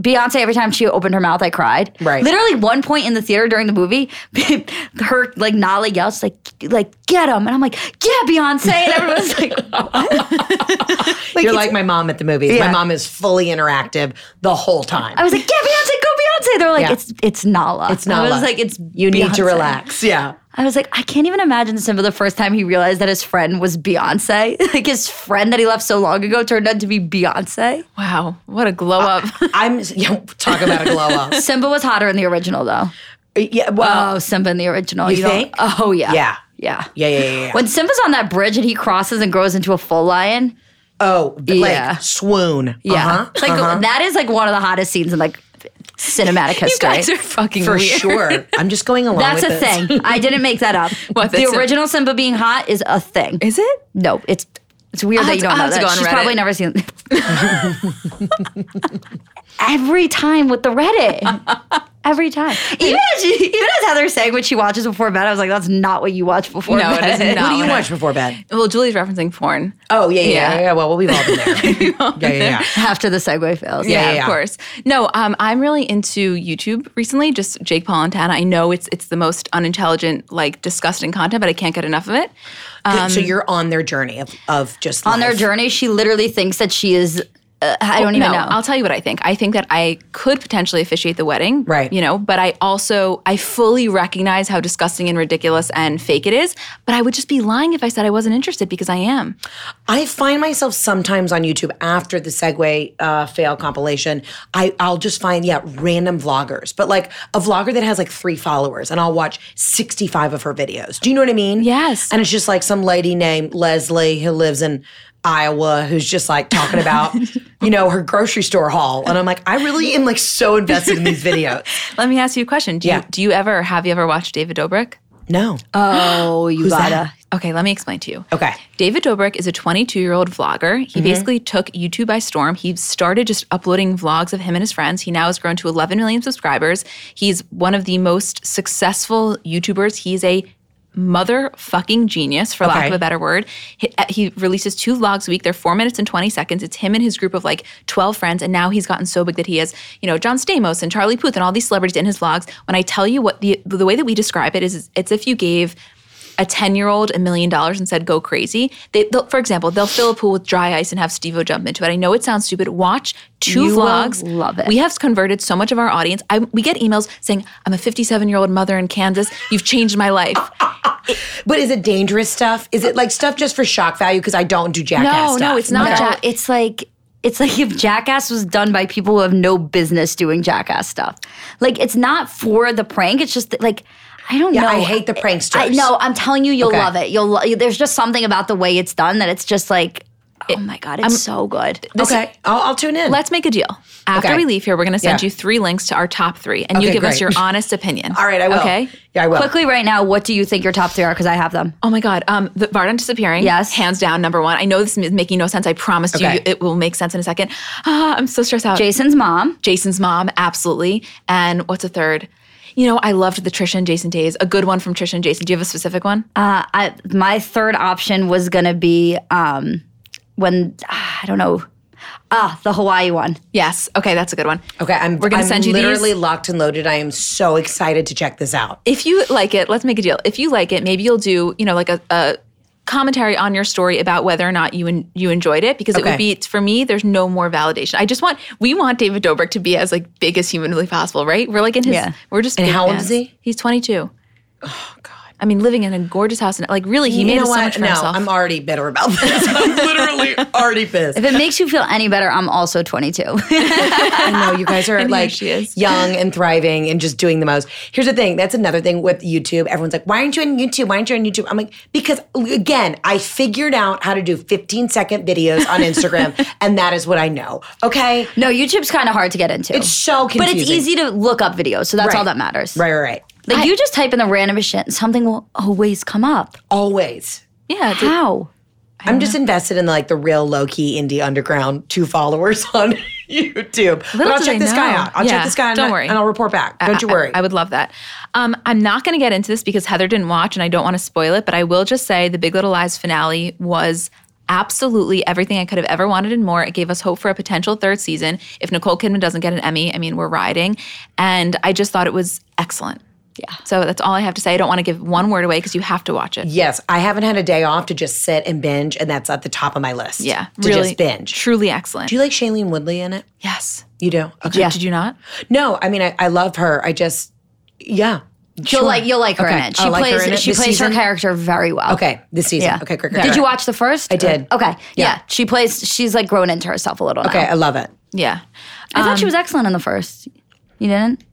Speaker 2: Beyonce, every time she opened her mouth, I cried.
Speaker 3: Right.
Speaker 2: Literally, one point in the theater during the movie, *laughs* her like Nala yells like like get him, and I'm like yeah, Beyonce, and everyone's
Speaker 3: *laughs*
Speaker 2: like
Speaker 3: You're like my mom at the movies.
Speaker 2: Yeah.
Speaker 3: My mom is fully interactive the whole time.
Speaker 2: I was like yeah, Beyonce, go Beyonce. They're like
Speaker 3: Yeah.
Speaker 2: it's it's Nala.
Speaker 3: It's not.
Speaker 2: I was
Speaker 3: love.
Speaker 2: like it's
Speaker 3: you need to
Speaker 2: Beyonce.
Speaker 3: relax. Yeah.
Speaker 2: I was like, I can't even imagine Simba the first time he realized that his friend was Beyonce. *laughs* like his friend that he left so long ago turned out to be Beyonce.
Speaker 1: Wow, what a glow up.
Speaker 3: *laughs* I'm yeah, talk about a glow *laughs* up.
Speaker 2: Simba was hotter in the original though.
Speaker 3: Uh, Yeah, well,
Speaker 2: Oh, Simba in the original.
Speaker 3: You
Speaker 2: don't-
Speaker 3: think?
Speaker 2: Oh yeah.
Speaker 3: yeah,
Speaker 2: Yeah.
Speaker 3: yeah, yeah, yeah. yeah.
Speaker 2: When Simba's on that bridge and he crosses and grows into a full lion,
Speaker 3: oh, but,
Speaker 2: Yeah.
Speaker 3: like swoon.
Speaker 2: yeah,
Speaker 3: uh-huh,
Speaker 2: It's like
Speaker 3: uh-huh.
Speaker 2: that is like one of the hottest scenes in like
Speaker 1: *laughs*
Speaker 2: cinematic
Speaker 1: you
Speaker 2: history.
Speaker 1: guys are fucking
Speaker 3: for
Speaker 1: weird.
Speaker 3: sure. I'm just going along.
Speaker 2: That's a
Speaker 3: with this.
Speaker 2: thing. I didn't make
Speaker 1: *laughs*
Speaker 2: that up.
Speaker 1: What,
Speaker 2: the
Speaker 1: that's a-
Speaker 2: original Simba being hot is a thing.
Speaker 1: Is it?
Speaker 2: No, it's it's weird
Speaker 1: I'll have
Speaker 2: that you
Speaker 1: to- I'll
Speaker 2: don't know
Speaker 1: have to
Speaker 2: that.
Speaker 1: go on
Speaker 2: She's
Speaker 1: Reddit.
Speaker 2: probably never seen.
Speaker 1: *laughs*
Speaker 2: *laughs* Every time with the Reddit.
Speaker 1: *laughs*
Speaker 2: Every time. Even as, she, even as Heather's saying what she watches before bed, I was like, that's not what you watch before
Speaker 1: No, it
Speaker 2: bed.
Speaker 1: is not.
Speaker 3: What do you
Speaker 1: Oh,
Speaker 3: watch before bed?
Speaker 1: *laughs* Well, Julie's referencing porn.
Speaker 3: Oh yeah, yeah,
Speaker 1: Yeah.
Speaker 3: yeah. yeah, Well, we've *laughs* all been there. yeah, yeah, yeah.
Speaker 2: After the segue fails.
Speaker 3: Yeah.
Speaker 1: of course. No, um, I'm really into YouTube recently. Just Jake Paul and Tana. I know it's it's the most unintelligent, like disgusting content, but I can't get enough of it.
Speaker 3: Good, so you're on their journey of, of just
Speaker 2: On their
Speaker 3: life.
Speaker 2: journey, she literally thinks that she is. Uh, I
Speaker 3: Oh,
Speaker 2: don't even
Speaker 1: no,
Speaker 2: know.
Speaker 1: I'll tell you what I think. I think that I could potentially officiate the wedding,
Speaker 3: Right.
Speaker 1: You know, but I also I fully recognize how disgusting and ridiculous and fake it is. But I would just be lying if I said I wasn't interested because I am.
Speaker 3: I find myself sometimes on YouTube after the Segway uh, fail compilation. I I'll just find yeah random vloggers, but like a vlogger that has like three followers, and I'll watch sixty five of her videos. Do you know what I mean?
Speaker 1: Yes.
Speaker 3: And it's just like some lady named Leslie who lives in Iowa who's just like
Speaker 1: *laughs*
Speaker 3: talking about you know her grocery store haul, and I'm like I really am like so invested in these
Speaker 1: *laughs*
Speaker 3: videos.
Speaker 1: Let me ask you a question. Do you
Speaker 3: Yeah.
Speaker 1: do you ever have you ever watched David Dobrik?
Speaker 3: No.
Speaker 1: Uh,
Speaker 2: oh, you gotta.
Speaker 1: Okay, let me explain to you.
Speaker 3: okay.
Speaker 1: David Dobrik is a 22 year old vlogger. He basically took YouTube by storm. He started just uploading vlogs of him and his friends. He now has grown to 11 million subscribers. He's one of the most successful YouTubers. He's a motherfucking genius, for lack
Speaker 3: Okay.
Speaker 1: of a better word. He, uh, he releases two vlogs a week. They're four minutes and 20 seconds. It's him and his group of like 12 friends. And now he's gotten so big that he has, you know, John Stamos and Charlie Puth and all these celebrities in his vlogs. When I tell you what the, the way that we describe it is, is it's if you gave a 10 year old a million dollars and said go crazy they they'll- for example they'll fill a pool with dry ice and have steve-o jump into it i know it sounds stupid watch two
Speaker 2: You will
Speaker 1: vlogs
Speaker 2: love it.
Speaker 1: we have converted so much of our audience I, we get emails saying i'm a 57 year old mother in kansas you've changed my life
Speaker 3: But is it dangerous stuff? Is it like stuff just for shock value? Because I don't do jackass
Speaker 1: no
Speaker 3: stuff.
Speaker 1: no it's not
Speaker 2: No,
Speaker 1: jack
Speaker 2: it's like it's like if Jackass was done by people who have no business doing Jackass stuff. Like it's not for the prank. It's just that, like I don't know.
Speaker 3: I hate the pranksters.
Speaker 2: I no, I'm telling you, you'll
Speaker 3: Okay.
Speaker 2: love it. You'll lo- there's just something about the way it's done that it's just like, oh my god, it's so good.
Speaker 3: okay, I'll, I'll tune in.
Speaker 1: let's make a deal after
Speaker 3: Okay.
Speaker 1: we leave here we're going to send
Speaker 3: Yeah.
Speaker 1: you three links to our top three and you
Speaker 3: Okay,
Speaker 1: give us
Speaker 3: great.
Speaker 1: your honest opinion
Speaker 3: *laughs* All right, I will.
Speaker 1: okay
Speaker 3: Yeah, I will.
Speaker 2: Quickly, right now, what do you think your top three are? Because I have them.
Speaker 1: Oh my God. Um, the Varden disappearing.
Speaker 2: Yes.
Speaker 1: Hands down, number one. I know this is making no sense. I promised you
Speaker 3: Okay.
Speaker 1: it will make sense in a second. Ah, I'm so stressed out.
Speaker 2: Jason's mom.
Speaker 1: Jason's mom, absolutely. And what's a third? You know, I loved the Trisha and Jason days. A good one from Trisha and Jason. Do you have a specific one?
Speaker 2: Uh, I, my third option was gonna be um, when ah, I don't know. Ah, the Hawaii one.
Speaker 1: yes. Okay, that's a good one.
Speaker 3: Okay, I'm.
Speaker 1: We're gonna
Speaker 3: I'm
Speaker 1: send you
Speaker 3: literally
Speaker 1: these.
Speaker 3: locked and loaded. I am so excited to check this out.
Speaker 1: If you like it, let's make a deal. If you like it, maybe you'll do, you know, like a, a commentary on your story about whether or not you en- you enjoyed it because it would
Speaker 3: Okay.
Speaker 1: be for me there's no more validation. I just want we want David Dobrik to be as like big as humanly possible, right? We're like in his
Speaker 2: Yeah.
Speaker 1: we're just
Speaker 3: And
Speaker 1: big
Speaker 3: how old
Speaker 1: fans.
Speaker 3: is he?
Speaker 1: He's 22. Oh god. I mean, living in a gorgeous house and like really he made us so much for
Speaker 3: no,
Speaker 1: himself.
Speaker 3: I'm already bitter about this. I'm literally already pissed.
Speaker 2: If it makes you feel any better, I'm also 22.
Speaker 3: I know you *laughs* guys are like
Speaker 1: she is.
Speaker 3: young and thriving and just doing the most. Here's the thing. That's another thing with YouTube. Everyone's like, "Why aren't you on YouTube? Why aren't you on YouTube?" I'm like, because again, I figured out how to do 15 second videos
Speaker 1: *laughs*
Speaker 3: on Instagram, and that is what I know. Okay,
Speaker 2: *laughs* no, YouTube's kind of hard to get into.
Speaker 3: it's so
Speaker 2: but
Speaker 3: confusing.
Speaker 2: it's easy to look up videos, so that's all
Speaker 3: Right.
Speaker 2: that matters.
Speaker 3: Right, right, right.
Speaker 2: Like you just type in the random shit, and something will always come up.
Speaker 3: Always.
Speaker 1: yeah, it's a-
Speaker 2: How?
Speaker 3: I'm just invested in like the real low key indie underground two followers *laughs* on YouTube. but
Speaker 1: Little
Speaker 3: I'll
Speaker 1: do
Speaker 3: check
Speaker 1: they
Speaker 3: this guy
Speaker 1: know.
Speaker 3: out. I'll
Speaker 1: Yeah,
Speaker 3: check this guy out.
Speaker 1: don't
Speaker 3: and I-
Speaker 1: worry.
Speaker 3: And I'll report back. Don't you
Speaker 1: I-
Speaker 3: worry.
Speaker 1: I, would love that. Um, I'm not going to get into this because Heather didn't watch and I don't want to spoil it, but I will just say the Big Little Lies finale was absolutely everything I could have ever wanted and more. It gave us hope for a potential third season. If Nicole Kidman doesn't get an Emmy, I mean, we're riding. And I just thought it was excellent. Yeah. So that's all I have to say. I don't want to give one word away because you have to watch it.
Speaker 3: yes, I haven't had a day off to just sit and binge, and that's at the top of my list.
Speaker 1: Yeah.
Speaker 3: To
Speaker 1: really,
Speaker 3: just binge.
Speaker 1: Truly excellent.
Speaker 3: Do you like Shailene Woodley in it?
Speaker 1: yes.
Speaker 3: You do? Okay.
Speaker 1: Did you not?
Speaker 3: No, I mean, I, I love her. I just, yeah.
Speaker 2: You'll like you'll like her in
Speaker 3: Okay.
Speaker 2: it. She
Speaker 3: I'll like her
Speaker 2: plays
Speaker 3: in it
Speaker 2: she
Speaker 3: this
Speaker 2: plays
Speaker 3: season?
Speaker 2: her character very well.
Speaker 3: Okay, this season.
Speaker 2: Yeah.
Speaker 3: Okay, great, great.
Speaker 2: Did
Speaker 3: great.
Speaker 2: you watch the first?
Speaker 3: I did.
Speaker 2: Okay. Yeah.
Speaker 3: Yeah.
Speaker 2: She plays she's like grown into herself a little now.
Speaker 3: Okay, Um, I love it.
Speaker 1: Yeah.
Speaker 2: I thought she was excellent in the first. You didn't?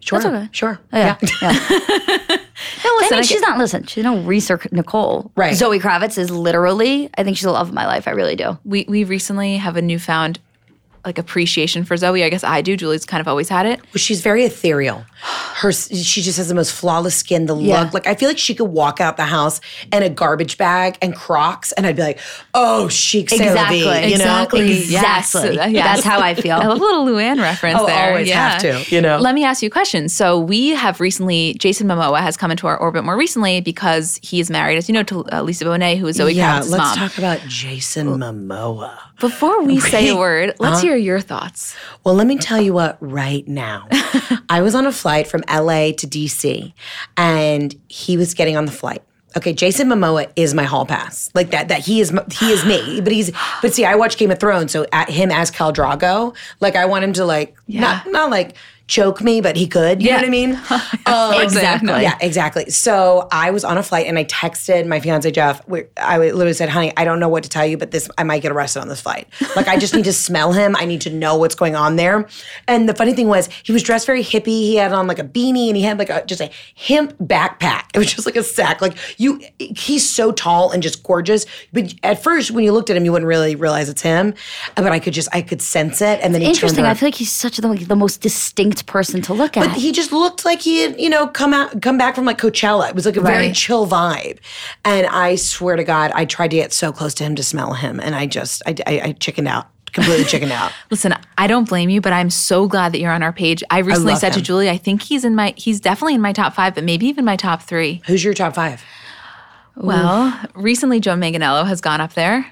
Speaker 3: Sure,
Speaker 2: okay.
Speaker 3: sure.
Speaker 1: Oh,
Speaker 2: Yeah.
Speaker 3: Oh, yeah.
Speaker 2: *laughs* yeah.
Speaker 1: No,
Speaker 2: I
Speaker 1: listen,
Speaker 2: mean,
Speaker 1: I
Speaker 2: she's not. Listen, she's no research. Nicole,
Speaker 3: Right.
Speaker 2: Zoe Kravitz is literally. I think she's the love of my life. I really do.
Speaker 1: we we recently have a newfound like appreciation for Zoe. I guess I do. Julie's kind of always had it.
Speaker 3: Well, she's very ethereal. Her she just has the most flawless skin, the
Speaker 2: Yeah.
Speaker 3: look. Like I feel like she could walk out the house in a garbage bag and Crocs, and I'd be like, "Oh, chic, c'est la vie,"
Speaker 2: Exactly.
Speaker 3: you know?
Speaker 2: Exactly.
Speaker 3: Like,
Speaker 2: Exactly.
Speaker 1: Yes. Yes.
Speaker 2: That's how I feel.
Speaker 1: I love a little Luann reference
Speaker 3: Oh,
Speaker 1: there.
Speaker 3: always
Speaker 1: yeah.
Speaker 3: have to, you know?
Speaker 1: Let me ask you a question. So we have recently, Jason Momoa has come into our orbit more recently because he is married, as you know, to uh, Lisa Bonet, who is Zoe
Speaker 3: yeah,
Speaker 1: Kravitz's
Speaker 3: let's
Speaker 1: mom.
Speaker 3: talk about Jason Momoa.
Speaker 1: Before we say a word, let's hear your thoughts.
Speaker 3: Well, let me tell you what, right now, I was on a flight from LA to DC and he was getting on the flight. Okay, Jason Momoa is my hall pass. Like that, that he is m- he is me. But he's but see, I watch Game of Thrones, so at him as Cal Drago, like I want him to like not not like choke me, but he could. You know what I mean? Um,
Speaker 1: Exactly.
Speaker 3: Yeah, exactly. So I was on a flight and I texted my fiance Jeff. we- I literally said, "Honey, I don't know what to tell you, but this I might get arrested on this flight. Like I just need to smell him. I need to know what's going on there." And the funny thing was, he was dressed very hippie. He had on like a beanie and he had like a, just a hemp backpack. It was just like a sack. Like you, he's so tall and just gorgeous. But at first, when you looked at him, you wouldn't really realize it's him. But I could just I could sense it. And then he turned
Speaker 2: Interesting. I
Speaker 3: around.
Speaker 2: feel like he's such the, like, the most distinct person to look at.
Speaker 3: But he just looked like he had, you know, come out, come back from like Coachella. It was like a very
Speaker 2: Right.
Speaker 3: chill vibe. And I swear to God, I tried to get so close to him to smell him, and I just, I, I, I chickened out,
Speaker 1: *laughs*
Speaker 3: completely chickened out.
Speaker 1: Listen, I don't blame you, but I'm so glad that you're on our page. I recently
Speaker 3: love
Speaker 1: said to
Speaker 3: him.
Speaker 1: Julie, I think he's in my, he's definitely in my top five, but maybe even my top three.
Speaker 3: Who's your top five?
Speaker 1: Well, recently Joe Manganiello has gone up there.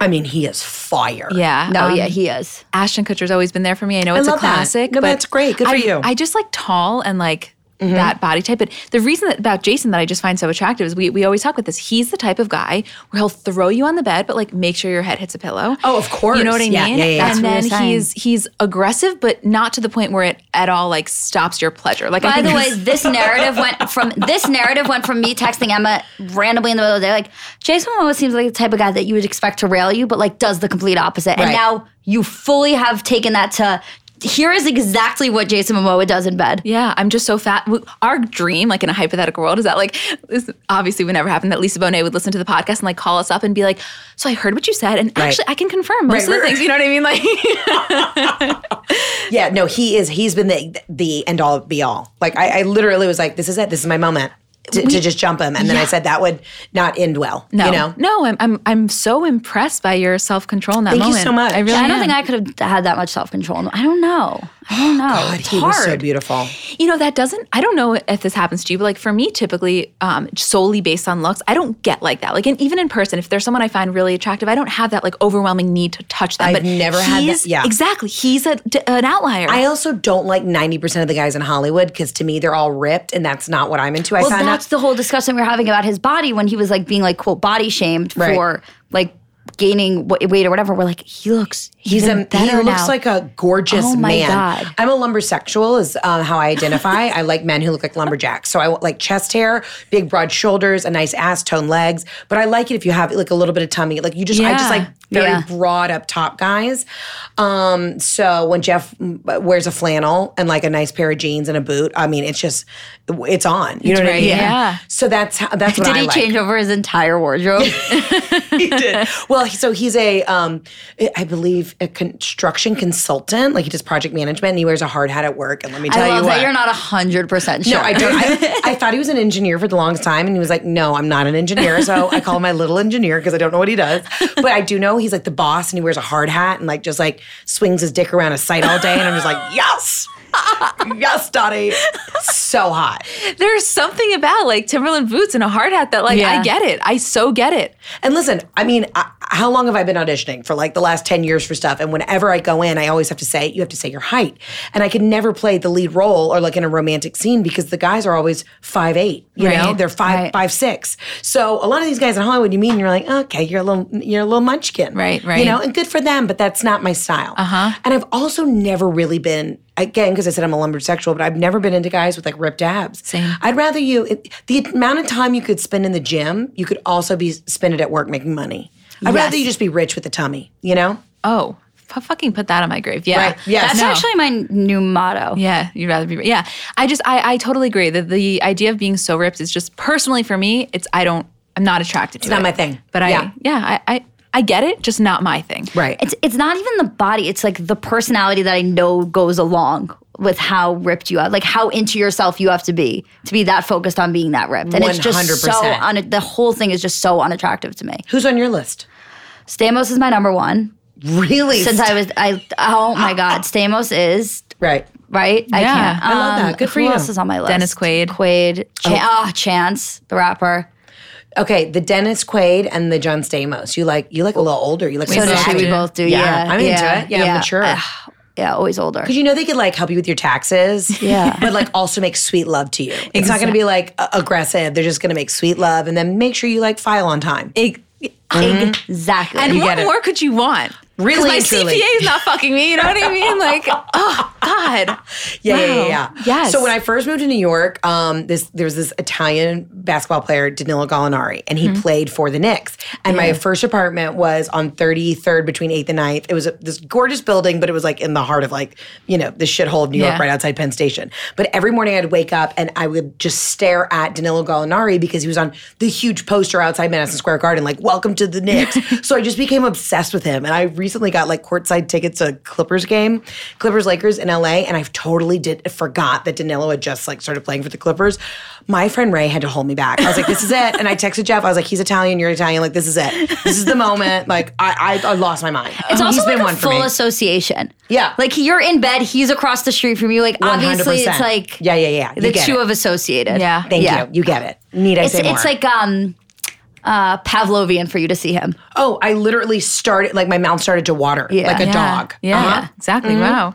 Speaker 3: I mean, he is fire.
Speaker 1: Yeah.
Speaker 3: Oh,
Speaker 2: no,
Speaker 1: um,
Speaker 2: yeah, he is.
Speaker 1: Ashton Kutcher's always been there for me. I know it's a
Speaker 3: love that.
Speaker 1: classic.
Speaker 3: No,
Speaker 1: but
Speaker 3: that's great. Good for
Speaker 1: I-
Speaker 3: you. Mm-hmm.
Speaker 1: I just like tall and like that body type. But the reason that about Jason that I just find so attractive is we, we always talk about this. He's the type of guy where he'll throw you on the bed, but like make sure your head hits a pillow.
Speaker 3: Oh, of course.
Speaker 1: You know what I
Speaker 3: Yeah,
Speaker 1: mean?
Speaker 3: yeah, yeah,
Speaker 1: And
Speaker 3: yeah.
Speaker 2: That's what
Speaker 1: then
Speaker 2: we were
Speaker 1: he's he's aggressive, but not to the point where it at all like stops your pleasure. Like I
Speaker 2: By
Speaker 1: think
Speaker 2: the way,
Speaker 1: he's-
Speaker 3: *laughs*
Speaker 2: this narrative went from this narrative went from me texting Emma randomly in the middle of the day, like Jason Momoa seems like the type of guy that you would expect to rail you, but like does the complete opposite. And
Speaker 3: Right.
Speaker 2: now you fully have taken that to here is exactly what Jason Momoa does in bed.
Speaker 1: Yeah, I'm just so fat. W- Our dream, like in a hypothetical world, is that like this obviously would never happen that Lisa Bonet would listen to the podcast and like call us up and be like, "So I heard what you said, and actually I can confirm most
Speaker 3: Right,
Speaker 1: of the
Speaker 3: right,
Speaker 1: things." You know what I mean? Like,
Speaker 3: *laughs*
Speaker 1: *laughs*
Speaker 3: Yeah, no, he is. He's been the the end all be all. Like I, I literally was like, this is it. This is my moment to, to just jump him. And then I said that would not end well.
Speaker 1: no,
Speaker 3: you know.
Speaker 1: no, I'm I'm I'm so impressed by your self control in that
Speaker 3: Thank you
Speaker 1: moment.
Speaker 3: so much.
Speaker 1: I really,
Speaker 2: I
Speaker 1: am.
Speaker 2: don't think I could have had that much self control. I don't know. I don't know.
Speaker 3: God,
Speaker 2: it's
Speaker 3: he
Speaker 2: hard.
Speaker 3: was so beautiful.
Speaker 1: You know, that doesn't, I don't know if this happens to you, but like for me, typically, um, solely based on looks, I don't get like that. Like, and even in person, if there's someone I find really attractive, I don't have that like overwhelming need to touch them.
Speaker 3: I've
Speaker 1: but
Speaker 3: never had that-
Speaker 1: he's-
Speaker 3: yeah.
Speaker 1: Exactly. He's a, d- an outlier.
Speaker 3: I also don't like 90% of the guys in Hollywood because to me they're all ripped and that's not what I'm into. I
Speaker 2: Well,
Speaker 3: found out
Speaker 2: that's the whole discussion we were having about his body when he was like being like quote body shamed
Speaker 3: Right.
Speaker 2: for like gaining wa- weight or whatever. We're like, he looks
Speaker 3: He's
Speaker 2: even
Speaker 3: a, he
Speaker 2: better
Speaker 3: looks
Speaker 2: now.
Speaker 3: like a gorgeous
Speaker 2: Oh my
Speaker 3: man.
Speaker 2: God.
Speaker 3: I'm a lumbersexual is uh, how I identify. I like men who look like lumberjacks. So I want, like chest hair, big broad shoulders, a nice ass, toned legs. But I like it if you have like a little bit of tummy. Like you just, I just
Speaker 1: Yeah.
Speaker 3: like very
Speaker 2: Yeah.
Speaker 3: broad up top guys. Um, so when Jeff mm, wears a flannel and like a nice pair of jeans and a boot, I mean, it's just, it's on. You know what I
Speaker 1: right,
Speaker 3: mean?
Speaker 1: yeah.
Speaker 3: So that's how, that's what
Speaker 2: *laughs* Did
Speaker 3: I
Speaker 2: he
Speaker 3: like.
Speaker 2: change over his entire wardrobe?
Speaker 3: he did. *laughs* Well, he- so he's a, um, I believe, a construction consultant. Like he does project management, and he wears a hard hat at work. And let me tell
Speaker 2: I
Speaker 3: you
Speaker 2: love
Speaker 3: what,
Speaker 2: that you're not hundred percent sure.
Speaker 3: No, I don't. I, I thought he was an engineer for the longest time, and he was like, "No, I'm not an engineer." So I call him my little engineer because I don't know what he does, but I do know he's like the boss, and he wears a hard hat and like just like swings his dick around his site all day, and I'm just like, "Yes, *laughs* yes, Dottie, so hot."
Speaker 1: There's something about like Timberland boots and a hard hat that like I
Speaker 2: Yeah.
Speaker 1: get it. I so get it.
Speaker 3: And listen, I mean, I, how long have I been auditioning for like the last 10 years for stuff? And whenever I go in, I always have to say, you have to say your height. And I could never play the lead role or like in a romantic scene because the guys are always five eight. you know,
Speaker 1: Right,
Speaker 3: they're five
Speaker 2: right.
Speaker 3: five, six. So a lot of these guys in Hollywood, you meet and you're like, okay, you're a little, you're a little munchkin.
Speaker 1: Right, Uh-huh. right.
Speaker 3: You know, and good for them, but that's not my style. Uh huh. And I've also never really been again, because I said I'm a lumbersexual, but I've never been into guys with like ripped abs.
Speaker 1: Same.
Speaker 3: I'd rather you, it, the amount of time you could spend in the gym, you could also be spend it at work making money. I'd rather you just be rich with a tummy, you know?
Speaker 1: Oh, fu- fucking put that on my grave. Yeah.
Speaker 3: Right. Yes.
Speaker 2: *laughs* That's
Speaker 1: No.
Speaker 2: actually my new motto.
Speaker 1: Yeah, you'd rather be. Yeah, I just I I totally agree that the idea of being so ripped is just personally for me. It's I don't I'm not attracted to. It's
Speaker 3: not my thing.
Speaker 1: But I
Speaker 3: Yeah.
Speaker 1: yeah, I, I I get it, just not my thing.
Speaker 3: Right.
Speaker 2: It's it's not even the body, it's like the personality that I know goes along with how ripped you are, like how into yourself you have to be to be that focused on being that ripped. And it's just so
Speaker 3: 100%.
Speaker 2: un- the whole thing is just so unattractive to me.
Speaker 3: Who's on your list?
Speaker 2: Stamos is my number one.
Speaker 3: Really?
Speaker 2: Since I was I oh my god, Stamos is
Speaker 3: right.
Speaker 2: right? I
Speaker 1: Yeah.
Speaker 2: can't. Um,
Speaker 3: I love that. Good for
Speaker 2: who
Speaker 3: you.
Speaker 2: else is on my list?
Speaker 1: Dennis Quaid.
Speaker 2: Quaid. Chan- oh. Chance, the rapper.
Speaker 3: Okay, the Dennis Quaid and the John Stamos. You like you like a little older. You like
Speaker 2: So does she.
Speaker 3: exactly.
Speaker 2: We both do. Yeah.
Speaker 3: I'm
Speaker 2: yeah,
Speaker 3: into it. Yeah, mature.
Speaker 2: Ah, yeah, always older.
Speaker 3: Because you know they could like help you with your taxes,
Speaker 2: Yeah.
Speaker 3: but like also make sweet love to you. It's not going to be like a- aggressive. They're just going to make sweet love and then make sure you like file on time.
Speaker 2: Mm-hmm. Exactly.
Speaker 1: And what
Speaker 3: get it.
Speaker 1: more could you want? 'Cause
Speaker 3: Really
Speaker 1: my
Speaker 3: and truly.
Speaker 1: CPA is not fucking me. You know what I mean?
Speaker 3: *laughs*
Speaker 1: Like, oh God.
Speaker 3: Yeah, yeah,
Speaker 1: Wow.
Speaker 3: yeah, yeah.
Speaker 1: Yes.
Speaker 3: So when I first moved to New York, um, this there was this Italian basketball player, Danilo Gallinari, and
Speaker 1: Mm-hmm.
Speaker 3: he played for the Knicks. And my first apartment was on 33rd between 8th and 9th. It was a, this gorgeous building, but it was like in the heart of like, you know, the shithole of New York
Speaker 1: Yeah.
Speaker 3: right outside Penn Station. But every morning I'd wake up and I would just stare at Danilo Gallinari because he was on the huge poster outside Madison Square Garden, like, welcome to the
Speaker 2: *laughs*
Speaker 3: Knicks. so I just became obsessed with him. And I recently got like courtside tickets to a Clippers game, Clippers Lakers in LA. And I've totally did forgot that Danilo had just like started playing for the Clippers. My friend Ray had to hold me back. I was like, this is it. And I texted Jeff, I was like, he's Italian, you're Italian. Like, this is it. This is the moment. Like, I, I, I lost my mind.
Speaker 2: It's also
Speaker 3: Oh, he's
Speaker 2: like
Speaker 3: been
Speaker 2: a
Speaker 3: one for
Speaker 2: full
Speaker 3: me.
Speaker 2: association.
Speaker 3: Yeah.
Speaker 2: Like you're in bed, he's across the street from you. Like obviously it's
Speaker 3: 100%.
Speaker 2: like
Speaker 3: Yeah, yeah, yeah. You
Speaker 2: the
Speaker 3: get
Speaker 2: two
Speaker 3: it.
Speaker 2: of associated.
Speaker 1: Yeah.
Speaker 3: Thank
Speaker 2: Yeah.
Speaker 3: you. You get it. Need I
Speaker 2: It's
Speaker 3: say more?
Speaker 2: it's like um uh Pavlovian for you to see him.
Speaker 3: Oh, I literally started like my mouth started to water
Speaker 2: Yeah.
Speaker 3: like a
Speaker 1: yeah.
Speaker 3: dog.
Speaker 1: Yeah,
Speaker 3: Uh-huh.
Speaker 1: exactly.
Speaker 2: Mm-hmm.
Speaker 1: Wow.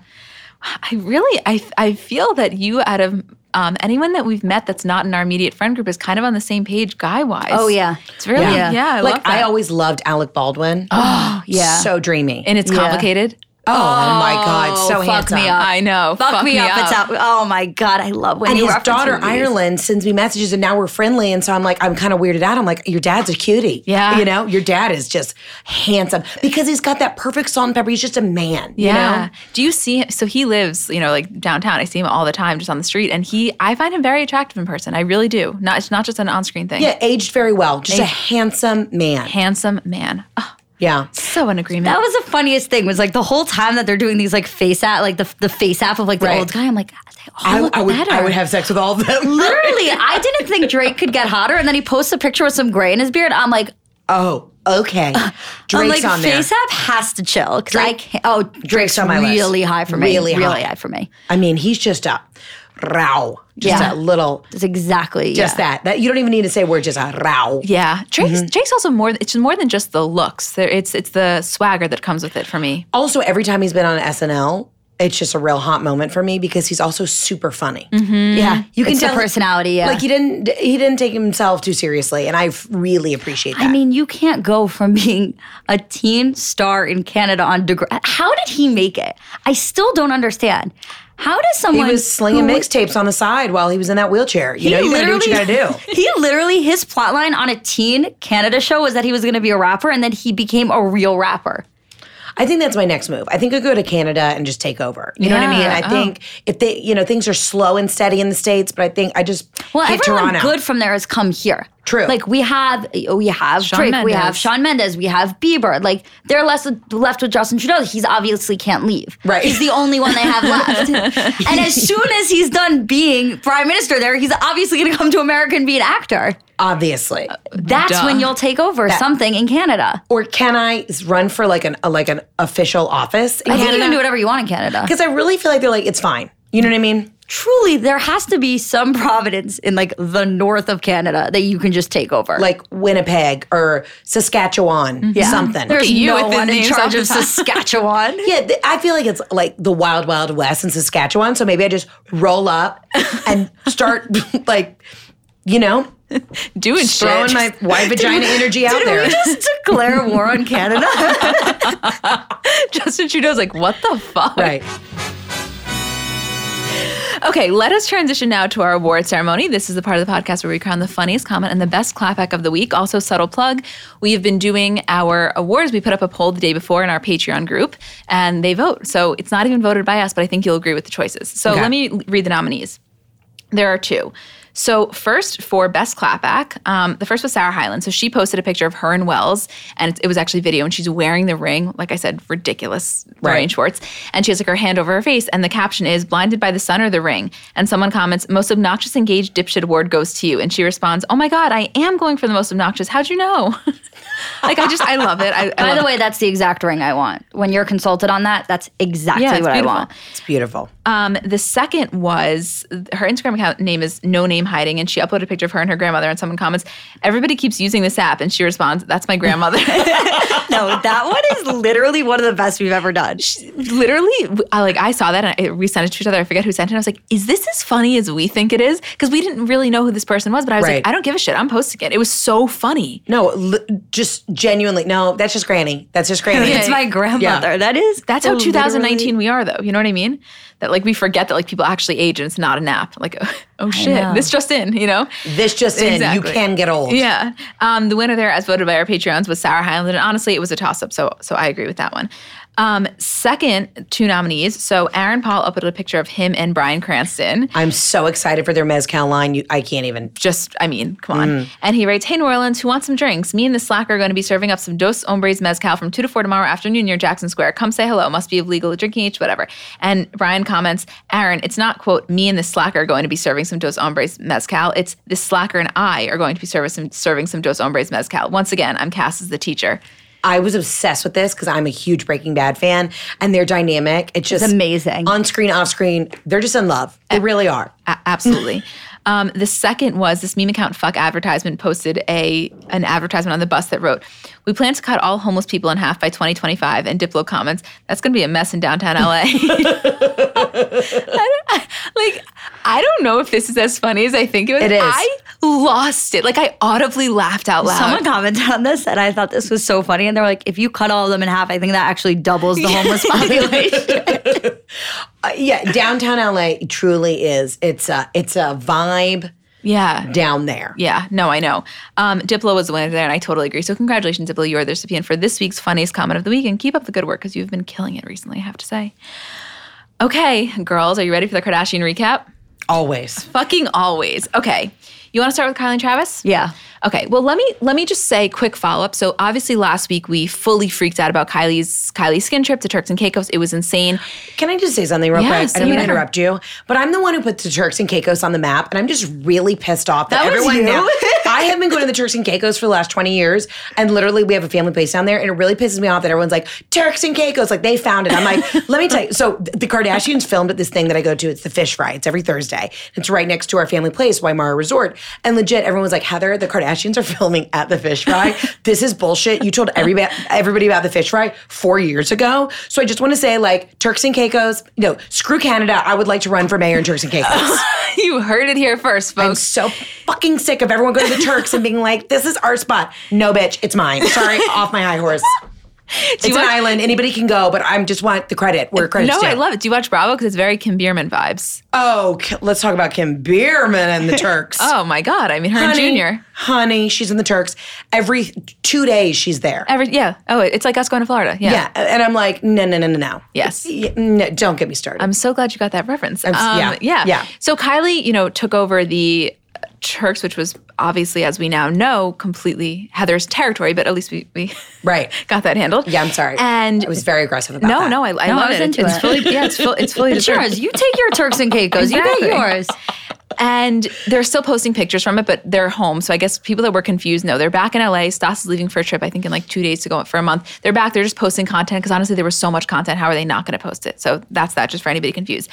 Speaker 1: I really, I, I feel that you out of um, anyone that we've met that's not in our immediate friend group is kind of on the same page guy wise.
Speaker 2: Oh yeah.
Speaker 1: It's really,
Speaker 2: Yeah.
Speaker 1: yeah, I
Speaker 3: like
Speaker 1: love that.
Speaker 3: I always loved Alec Baldwin. Oh,
Speaker 2: yeah.
Speaker 3: So dreamy.
Speaker 1: and it's
Speaker 2: Yeah.
Speaker 1: complicated.
Speaker 3: oh, my god, so
Speaker 2: fuck
Speaker 3: handsome.
Speaker 2: me up.
Speaker 1: I know.
Speaker 2: Fuck, me, up. It's up. Oh my god, I love when
Speaker 3: And
Speaker 2: you
Speaker 3: his
Speaker 2: reference
Speaker 3: daughter
Speaker 2: movies.
Speaker 3: Ireland sends me messages, and now we're friendly. And so I'm like, I'm kind of weirded out. I'm like, your dad's a cutie.
Speaker 1: Yeah.
Speaker 3: you know, your dad is just handsome because he's got that perfect salt and pepper. He's just a man. you
Speaker 1: Yeah.
Speaker 3: know?
Speaker 1: Do you see him? So he lives, you know, like downtown. I see him all the time, just on the street, and he, I find him very attractive in person. I really do. Not, it's not just an on-screen thing.
Speaker 3: yeah, aged very well. Just a handsome man.
Speaker 1: Handsome man. Oh,
Speaker 3: yeah.
Speaker 1: so in agreement.
Speaker 2: That was the funniest thing. Was like the whole time that they're doing these like face app, like the the face app of like the
Speaker 3: Right.
Speaker 2: old guy. I'm like, God, they all
Speaker 3: I,
Speaker 2: look
Speaker 3: I would.
Speaker 2: better.
Speaker 3: I would have sex with all of them. *laughs*
Speaker 2: Literally, I didn't think Drake could get hotter, and then he posts a picture with some gray in his beard. I'm like,
Speaker 3: Oh, okay. Drake's
Speaker 2: I'm like,
Speaker 3: on there.
Speaker 2: Face app has to chill because I can't. Oh, Drake's,
Speaker 3: on my list.
Speaker 2: really high for me.
Speaker 3: Really high.
Speaker 2: really high for me.
Speaker 3: I mean, he's just a row. Just
Speaker 2: Yeah.
Speaker 3: a little
Speaker 2: It's exactly
Speaker 3: just that. That you don't even need to say we're just a row.
Speaker 1: yeah, Drake's,
Speaker 3: Mm-hmm.
Speaker 1: Drake's also more. It's more than just the looks. There, it's it's the swagger that comes with it for me.
Speaker 3: Also, every time he's been on SNL, it's just a real hot moment for me because he's also super funny.
Speaker 2: that. Yeah, you
Speaker 3: can
Speaker 2: Mm-hmm. it's the
Speaker 3: tell-
Speaker 2: personality. Yeah,
Speaker 3: Like he didn't he didn't take himself too seriously, and I f- really appreciate that.
Speaker 2: I mean, you can't go from being a teen star in Canada on DeGrasse. How did he make it? I still don't understand. How does
Speaker 3: he
Speaker 2: someone
Speaker 3: was slinging
Speaker 2: who-
Speaker 3: mixtapes on the side while he was in that wheelchair. You know, you gotta do what you gotta do.
Speaker 2: *laughs* he literally his plot line on a teen Canada show was that he was going to be a rapper, and then he became a real rapper.
Speaker 3: I think that's my next move. I think I go to Canada and just take over. You know what I mean?
Speaker 1: Yeah,
Speaker 2: oh.
Speaker 3: I think if they, you know, things are slow and steady in the states, but I think I just
Speaker 2: Well,
Speaker 3: hit
Speaker 2: everyone
Speaker 3: Toronto.
Speaker 2: good from there has come here.
Speaker 3: True.
Speaker 2: Like we have, we have
Speaker 1: Shawn
Speaker 2: Drake, we
Speaker 1: Mendes.
Speaker 2: have Sean Mendes, we have Bieber. Like they're less left with Justin Trudeau. He's obviously can't leave.
Speaker 3: Right.
Speaker 2: He's the only one they have *laughs* left. and as soon as he's done being prime minister there, he's obviously going to come to America and be an actor.
Speaker 3: obviously.
Speaker 2: That's
Speaker 1: Duh.
Speaker 2: when you'll take over something in Canada.
Speaker 3: or can I s- run for like an a, like an official office in
Speaker 2: I think you can do
Speaker 3: Canada?
Speaker 2: whatever you want in Canada.
Speaker 3: Because I really feel like they're like it's fine. You know what I mean?
Speaker 2: Truly, there has to be some providence in like the north of Canada that you can just take over.
Speaker 3: Like Winnipeg or Saskatchewan, something.
Speaker 2: Mm-hmm. there's
Speaker 1: you
Speaker 2: no
Speaker 1: with the
Speaker 2: one in
Speaker 1: names off
Speaker 2: charge
Speaker 1: the
Speaker 2: of
Speaker 1: top.
Speaker 2: Saskatchewan.
Speaker 1: *laughs*
Speaker 3: yeah, th- I feel like it's like the wild, wild west in Saskatchewan. So maybe I just roll up and start *laughs* like, you know,
Speaker 1: Doing
Speaker 3: throwing
Speaker 1: shit. *laughs*
Speaker 3: my white
Speaker 2: *laughs*
Speaker 3: vagina energy out there.
Speaker 2: just declare war on
Speaker 3: *laughs*
Speaker 2: Canada?
Speaker 1: Justin Trudeau's like, what the fuck?
Speaker 3: right.
Speaker 1: Okay, let us transition now to our award ceremony. This is the part of the podcast where we crown the funniest comment and the best clapback of the week. Also, subtle plug, we have been doing our awards. We put up a poll the day before in our Patreon group, and they vote. So it's not even voted by us, but I think you'll agree with the choices. So
Speaker 3: Okay.
Speaker 1: let me read the nominees. There are two. So first for best clapback, um, the first was Sarah Hyland. So she posted a picture of her and Wells, and it, it was actually video, and she's wearing the ring, like I said, ridiculous Lorraine
Speaker 3: Right.
Speaker 1: Schwartz, and she has like her hand over her face, and the caption is "Blinded by the sun or the ring." And someone comments, "Most obnoxious engaged dipshit award goes to you," and she responds, "Oh my god, I am going for the most obnoxious. How'd you know?" *laughs* like I just, I love it. I, I
Speaker 2: By
Speaker 1: love
Speaker 2: the
Speaker 1: it.
Speaker 2: way, that's the exact ring I want. When you're consulted on that, that's exactly
Speaker 1: Yeah, it's
Speaker 2: what
Speaker 1: beautiful.
Speaker 2: I want.
Speaker 3: It's beautiful.
Speaker 2: Uh,
Speaker 1: Um, the second was her Instagram account name is No Name Hiding, and she uploaded a picture of her and her grandmother. And someone comments, "Everybody keeps using this app," and she responds, "That's my grandmother." *laughs*
Speaker 2: No, that one is literally one of the best we've ever done.
Speaker 1: Literally, I, like I saw that and I, we sent it to each other. I forget who sent it. I was like, "Is this as funny as we think it is?" Because we didn't really know who this person was, but I was
Speaker 3: Right.
Speaker 1: like, "I don't give a shit. I'm posting it." It was so funny.
Speaker 3: No, l- just genuinely. No, that's just Granny. That's just
Speaker 2: *laughs*
Speaker 3: Granny.
Speaker 2: It's my grandmother. That is
Speaker 1: That's how 2019 we are, though. You know what I mean? That like we forget that like people actually age and it's not an app. Like, *laughs* oh shit,
Speaker 2: know.
Speaker 1: this just in. You know?
Speaker 3: This just in. You
Speaker 1: Exactly.
Speaker 3: can get old.
Speaker 1: Yeah. Um, the winner there, as voted by our Patreons, was Sarah Hyland. And honestly, it was a toss up. So, so I agree with that one. Um, second, two nominees. So Aaron Paul uploaded a picture of him and Brian Cranston.
Speaker 3: I'm so excited for their mezcal line. You, I can't even.
Speaker 1: Just, I mean, come on. And he writes, Hey, New Orleans, who wants some drinks? Me and the slacker are going to be serving up some Dos Hombres Mezcal from 2 to 4 tomorrow afternoon near Jackson Square. Come say hello. Must be of legal drinking age, whatever. And Brian comments, Aaron, it's not, quote, me and the slacker are going to be serving some Dos Hombres Mezcal. It's the slacker and I are going to be serving some, serving some Dos Hombres Mezcal. Once again, I'm Cass as the teacher.
Speaker 3: I was obsessed with this because I'm a huge Breaking Bad fan, and their dynamic. It's just
Speaker 2: amazing.
Speaker 3: On screen, off screen, they're just in love. They really are.
Speaker 1: A- absolutely. um, the second was this meme account fuck advertisement posted a an advertisement on the bus that wrote, "We plan to cut all homeless people in half by 2025." And Diplo comments, "That's going to be a *laughs* mess in downtown LA." I don't- like, I don't know if this is as funny as I think it was.
Speaker 3: It is.
Speaker 1: I lost it. Like, I audibly laughed out loud.
Speaker 2: Someone commented on this, and I thought this was so funny. And they were like, "If you cut all of them in half, I think that actually doubles the *laughs* homeless population."
Speaker 3: Uh, yeah, downtown LA truly is. It's a it's a vibe
Speaker 1: yeah.
Speaker 3: down there.
Speaker 1: Yeah, no, I know. Um, Diplo was the winner there, and I totally agree. So, congratulations, Diplo. You are the recipient for this week's funniest comment of the week, and keep up the good work because you've been killing it recently, I have to say. Okay, girls, are you ready for the Kardashian recap?
Speaker 3: Always.
Speaker 1: Fucking always. Okay, you want to start with Kylie and Travis?
Speaker 2: yeah.
Speaker 1: Okay. Well, let me let me just say quick follow up. So obviously last week we fully freaked out about Kylie's Kylie's skin trip to Turks and Caicos. It was insane.
Speaker 3: *laughs* Can I just say something real
Speaker 1: Yeah,
Speaker 3: quick? I
Speaker 1: say
Speaker 3: don't mean to
Speaker 1: whatever.
Speaker 3: interrupt you, but I'm the one who put the Turks and Caicos on the map, and I'm just really pissed off that,
Speaker 1: That was
Speaker 3: everyone
Speaker 1: you?
Speaker 3: now. I have been going to the Turks and Caicos for the last 20 years, and literally we have a family place down there, and it really pisses me off that everyone's like Turks and Caicos, like they found it. I'm like, *laughs* let me tell you. So th- the Kardashians filmed at this thing that I go to. It's the Fish Fry. It's every Thursday. It's right next to our family place, Waimara Resort, and legit, everyone was like, Heather, the Kardashians are *laughs* filming at the Fish Fry. this is bullshit. You told everybody everybody about the Fish Fry four years ago. So I just want to say, like Turks and Caicos, no, screw Canada. I would like to run for mayor in Turks and Caicos.
Speaker 1: you heard it here first,
Speaker 3: I'm
Speaker 1: folks.
Speaker 3: so fucking sick of everyone going to the Turks and being like, this is our spot. No, bitch, it's mine.
Speaker 1: *laughs*
Speaker 3: Sorry, off my high horse. It's an
Speaker 1: want-
Speaker 3: island. Anybody can go, but I am just want the credit where credit's
Speaker 1: no,
Speaker 3: due.
Speaker 1: I love it. Do you watch Bravo? Because it's very Kim Bierman vibes.
Speaker 3: Oh, K- let's talk about Kim
Speaker 1: *laughs*
Speaker 3: Bierman and the Turks.
Speaker 1: Oh my God. I mean, her and
Speaker 3: Honey,
Speaker 1: Junior.
Speaker 3: Honey, she's in the Turks. Every two days she's there.
Speaker 1: Every yeah. Oh, it's like us going to Florida. Yeah.
Speaker 3: yeah. And I'm like, no, no, no, no, no.
Speaker 1: Yes.
Speaker 3: Y- No, don't get me started.
Speaker 1: I'm so glad you got that reference. Um,
Speaker 3: s-
Speaker 1: yeah.
Speaker 3: yeah,
Speaker 1: yeah.
Speaker 3: yeah.
Speaker 1: So Kylie, you know, took over the uh, Turks, which was obviously, as we now know, completely Heather's territory, but at least we, we *laughs*
Speaker 3: right.
Speaker 1: got that handled.
Speaker 3: Yeah, I'm sorry.
Speaker 1: And
Speaker 3: I was very aggressive about
Speaker 1: no,
Speaker 3: that.
Speaker 1: no, I, I
Speaker 2: No, I
Speaker 1: love
Speaker 2: was
Speaker 1: it.
Speaker 2: into
Speaker 1: it's
Speaker 2: it.
Speaker 1: *laughs* fully, yeah, it's, full, it's fully
Speaker 2: It's
Speaker 1: deserved.
Speaker 2: yours. You take your Turks and Caicos. You
Speaker 1: Exactly.
Speaker 2: get yours.
Speaker 1: And they're still posting pictures from it, but they're home. So I guess people that were confused know they're back in LA. Stas is leaving for a trip, I think, in like two days to go for a month. They're back. They're just posting content because honestly, there was so much content. How are they not going to post it? So that's that, just for anybody confused.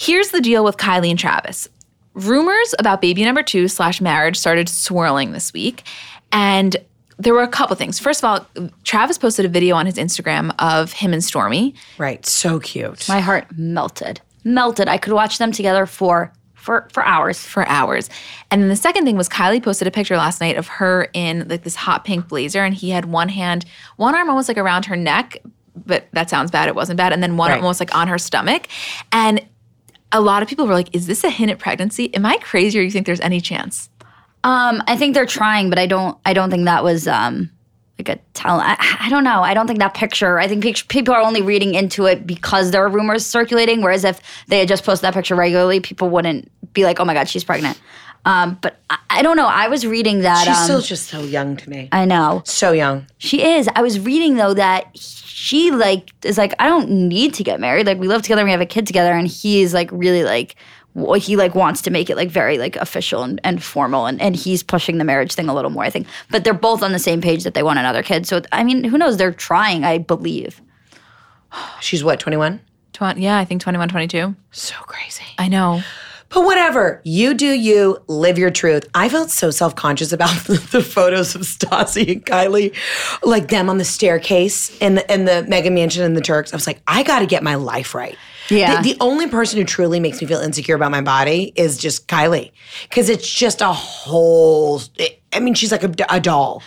Speaker 1: Here's the deal with Kylie and Travis. Rumors about baby number two slash marriage started swirling this week. And there were a couple things. First of all, Travis posted a video on his Instagram of him and Stormy.
Speaker 3: Right. So cute.
Speaker 2: My heart melted, melted. I could watch them together for for for hours.
Speaker 1: for hours. And then the second thing was Kylie posted a picture last night of her in like this hot pink blazer, and he had one hand, one arm almost like around her neck, but that sounds bad. It wasn't bad, and then one
Speaker 3: Right.
Speaker 1: almost like on her stomach, and. a lot of people were like, is this a hint at pregnancy? Am I crazy or you think there's any chance?
Speaker 2: Um, I think they're trying, but I don't. I don't think that was um like a tell. I, I don't know. I don't think that picture. I think pic- people are only reading into it because there are rumors circulating. Whereas if they had just posted that picture regularly, people wouldn't be like, "Oh my god, she's pregnant." Um, but I, I don't know. I was reading that.
Speaker 3: She's
Speaker 2: um,
Speaker 3: still just so young to me.
Speaker 2: I know.
Speaker 3: so young.
Speaker 2: She is. I was reading though that she like is like I don't need to get married. Like we live together, we have a kid together, and he is like really like wh- he like wants to make it like very like official and, and formal, and and he's pushing the marriage thing a little more. I think, but they're both on the same page that they want another kid. So I mean, who knows? They're trying. I believe.
Speaker 3: She's what, 21?
Speaker 1: Twen- yeah, I think 21, 22.
Speaker 3: So crazy.
Speaker 1: I know.
Speaker 3: But whatever, you do you, live your truth. I felt so self conscious about *laughs* the, the photos of Stassi and Kylie, like them on the staircase in the, in the mega mansion in the Turks. I was like, I got to get my life right.
Speaker 2: Yeah.
Speaker 3: The, the only person who truly makes me feel insecure about my body is just Kylie, because it's just a whole. I mean, she's like a, a doll.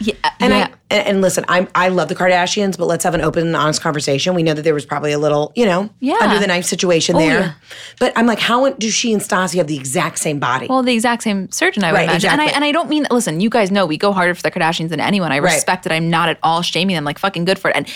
Speaker 1: Yeah.
Speaker 3: And
Speaker 1: yeah.
Speaker 3: I and, and listen, I'm I love the Kardashians, but let's have an open and honest conversation. We know that there was probably a little, you know,
Speaker 1: Yeah. Oh,
Speaker 3: under the knife situation there.
Speaker 1: yeah.
Speaker 3: But I'm like, how do she and Stassi have the exact same body? *laughs*
Speaker 1: well, the exact same surgeon, I would
Speaker 3: Right,
Speaker 1: imagine. And, I,
Speaker 3: exactly.
Speaker 1: and I don't mean, listen, you guys know we go harder for the Kardashians than anyone. I respect it. I'm not at all shaming them, like, fucking good for it. And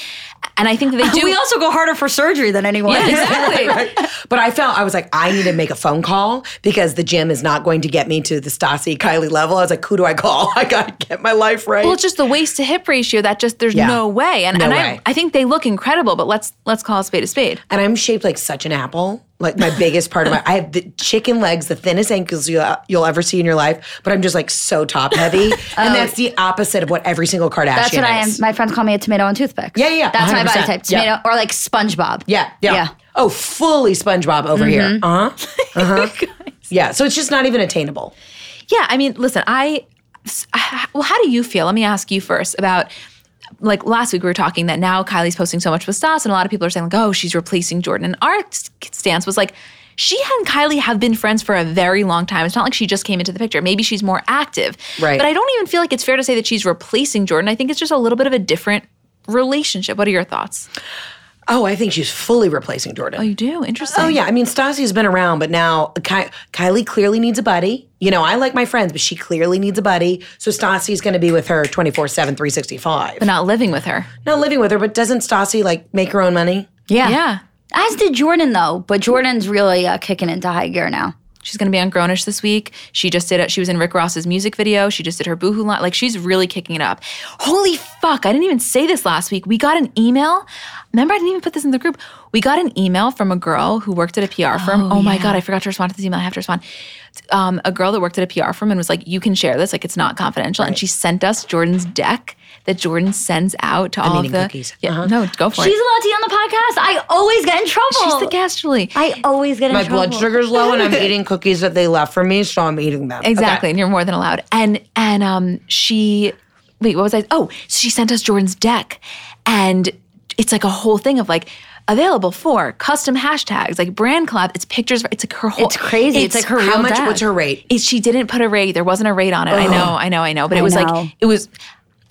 Speaker 1: and I
Speaker 3: *laughs*
Speaker 1: think that they do.
Speaker 2: we also go harder for surgery than anyone.
Speaker 1: Yeah, exactly.
Speaker 3: but I felt I was like, I need to make a phone call because the gym is not going to get me to the Stassi Kylie level. I was like, who do I call? *laughs* I gotta get my life right.
Speaker 1: Well, it's just the waist to hip ratio that just there's
Speaker 3: Yeah.
Speaker 1: no way. And,
Speaker 3: No
Speaker 1: and
Speaker 3: way.
Speaker 1: I, I think they look incredible, but let's let's call a spade a spade.
Speaker 3: and I'm shaped like such an apple. Like my biggest part of my, I have the chicken legs, the thinnest ankles you, you'll ever see in your life. But I'm just like so top
Speaker 2: *laughs*
Speaker 3: heavy, and that's the opposite of what every single Kardashian.
Speaker 2: Oh. That's what I am.
Speaker 3: is.
Speaker 2: My friends call me a tomato and toothpicks.
Speaker 3: Yeah, yeah,
Speaker 2: That's my body
Speaker 3: 100%.
Speaker 2: type. Tomato
Speaker 3: Yeah.
Speaker 2: or like SpongeBob.
Speaker 3: Yeah, yeah. Oh, fully SpongeBob over here.
Speaker 2: Mm-hmm.
Speaker 3: Uh huh.
Speaker 2: *laughs*
Speaker 3: Uh huh. yeah. So it's just not even attainable.
Speaker 1: Yeah, I mean, listen, I well, how do you feel? Let me ask you first about like last week we were talking that now Kylie's posting so much with Stas, and a lot of people are saying like, oh, she's replacing Jordan. And our s- stance was like. She and Kylie have been friends for a very long time. It's not like she just came into the picture. Maybe she's more active.
Speaker 3: Right.
Speaker 1: But I don't even feel like it's fair to say that she's replacing Jordan. I think it's just a little bit of a different relationship. What are your thoughts?
Speaker 3: Oh, I think she's fully replacing Jordan.
Speaker 1: Oh, you do? Interesting.
Speaker 3: Oh yeah, I mean Stassi's been around, but now Ky- Kylie clearly needs a buddy. You know, I like my friends, but she clearly needs a buddy. So Stassi's going to be with her 24/7 365.
Speaker 1: But not living with her.
Speaker 3: Not living with her, but doesn't Stassi like make her own money?
Speaker 2: Yeah.
Speaker 1: Yeah.
Speaker 2: As did Jordan though, but Jordan's really uh, kicking into high gear now.
Speaker 1: She's going to be on Grownish this week. She just did it. She was in Rick Ross's music video. She just did her boohoo line. Like she's really kicking it up. Holy fuck. I didn't even say this last week. We got an email. Remember, I didn't even put this in the group. We got an email from a girl who worked at a PR firm. Oh, my God. I forgot to respond to this email. I have to respond. Um, a girl that worked at a PR firm and was like, you can share this. Like it's not confidential. And she sent us Jordan's deck that Jordan sends out to all
Speaker 3: eating
Speaker 1: of the.
Speaker 3: cookies.
Speaker 1: Yeah, No, go for
Speaker 2: She's
Speaker 1: it.
Speaker 2: allowed to be on the podcast. I always get in trouble.
Speaker 1: She's the guest, Julie.
Speaker 2: I always get in
Speaker 3: My
Speaker 2: trouble.
Speaker 3: blood sugar's low,
Speaker 2: *laughs*
Speaker 3: and I'm eating cookies that they left for me, so I'm eating them. Okay.
Speaker 1: Exactly, and you're more than allowed. And and um, she, wait, what was I? Oh, she sent us Jordan's deck, and it's like a whole thing of like available for custom hashtags, like brand collab. It's pictures. It's like her whole.
Speaker 2: It's crazy. It's like her
Speaker 3: How
Speaker 2: real
Speaker 3: much?
Speaker 2: dad.
Speaker 3: What's her rate?
Speaker 1: It, she didn't put a rate. There wasn't a rate on it. I know. I know. I know. But it was
Speaker 2: know.
Speaker 1: like it was.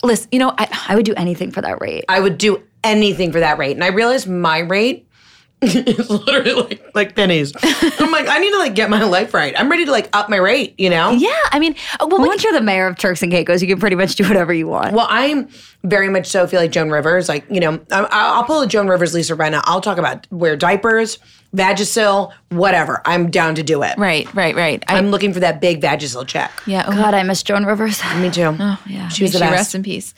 Speaker 1: Listen, you know, I,
Speaker 2: I would do anything for that rate.
Speaker 3: I would do anything for that rate. And I realized my rate *laughs* is literally like, like
Speaker 2: *laughs*
Speaker 3: pennies. I'm like, I need to like get my life right. I'm ready to like up my rate, you know?
Speaker 1: yeah. I mean, uh, well, we,
Speaker 2: Once you're the mayor of Turks and Caicos, you can pretty much do whatever you want.
Speaker 3: Well, I'm very much so feel like Joan Rivers. Like, you know, I- I'll pull a Joan Rivers, Lisa Renna. I'll talk about wear diapers, Vagisil, whatever. I'm down to do it.
Speaker 1: right, right, right. I,
Speaker 3: I'm looking for that big Vagisil check.
Speaker 1: yeah. oh,
Speaker 2: God, I miss Joan Rivers.
Speaker 3: Me too.
Speaker 1: Yeah,
Speaker 3: She was
Speaker 1: may
Speaker 3: the best.
Speaker 1: Rest in peace.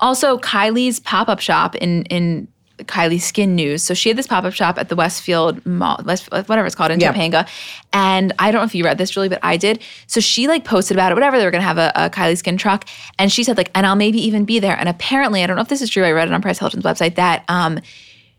Speaker 1: Also, Kylie's pop up shop in in Kylie Skin News. So she had this pop up shop at the Westfield Mall, West, whatever it's called in
Speaker 3: Yeah.
Speaker 1: Topanga. And I don't know if you read this, Julie, but I did. So she like posted about it. Whatever they were gonna have a, a Kylie Skin truck, and she said like, and I'll maybe even be there. And apparently, I don't know if this is true. I read it on Price Hilton's website that um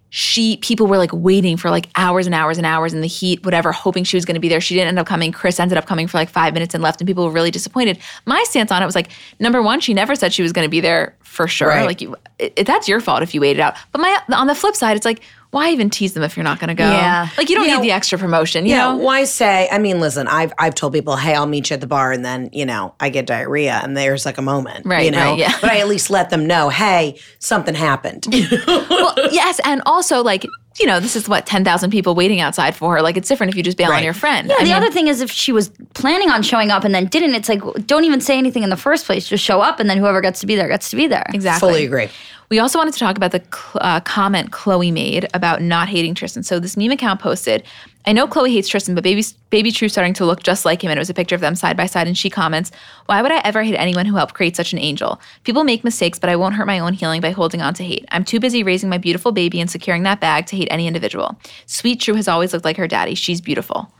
Speaker 1: she people were like waiting for like hours and hours and hours in the heat, whatever, hoping she was going to be there. She didn't end up coming. Chris ended up coming for like five minutes and left, and people were really disappointed. My stance on it was like, number one, she never said she was going to be there for sure.
Speaker 3: Right.
Speaker 1: Like, you, it, that's your fault if you waited out. But my on the flip side, it's like, why even tease them if you're not going to go?
Speaker 2: Yeah.
Speaker 1: like you don't
Speaker 3: Yeah.
Speaker 1: need the extra promotion. You
Speaker 3: Yeah,
Speaker 1: know,
Speaker 3: why say? I mean, listen, I've I've told people, hey, I'll meet you at the bar, and then you know I get diarrhea, and there's like a moment,
Speaker 1: Right,
Speaker 3: You know,
Speaker 1: right, yeah.
Speaker 3: but I at least let them know, hey, something happened.
Speaker 1: *laughs* well, yes, and also like you know, this is what 10,000 people waiting outside for her. Like, it's different if you just bail on
Speaker 3: Right.
Speaker 1: your friend.
Speaker 2: Yeah,
Speaker 1: I
Speaker 2: the
Speaker 1: mean,
Speaker 2: other thing is if she was planning on showing up and then didn't, it's like don't even say anything in the first place. Just show up, and then whoever gets to be there gets to be there.
Speaker 1: exactly.
Speaker 3: Fully agree.
Speaker 1: We also wanted to talk about the cl- uh, comment Chloe made about not hating Tristan. So this meme account posted, "I know Chloe hates Tristan, but baby baby True's starting to look just like him." And it was a picture of them side by side, and she comments, "Why would I ever hate anyone who helped create such an angel? People make mistakes, but I won't hurt my own healing by holding on to hate. I'm too busy raising my beautiful baby and securing that bag to hate any individual. Sweet True has always looked like her daddy. She's beautiful."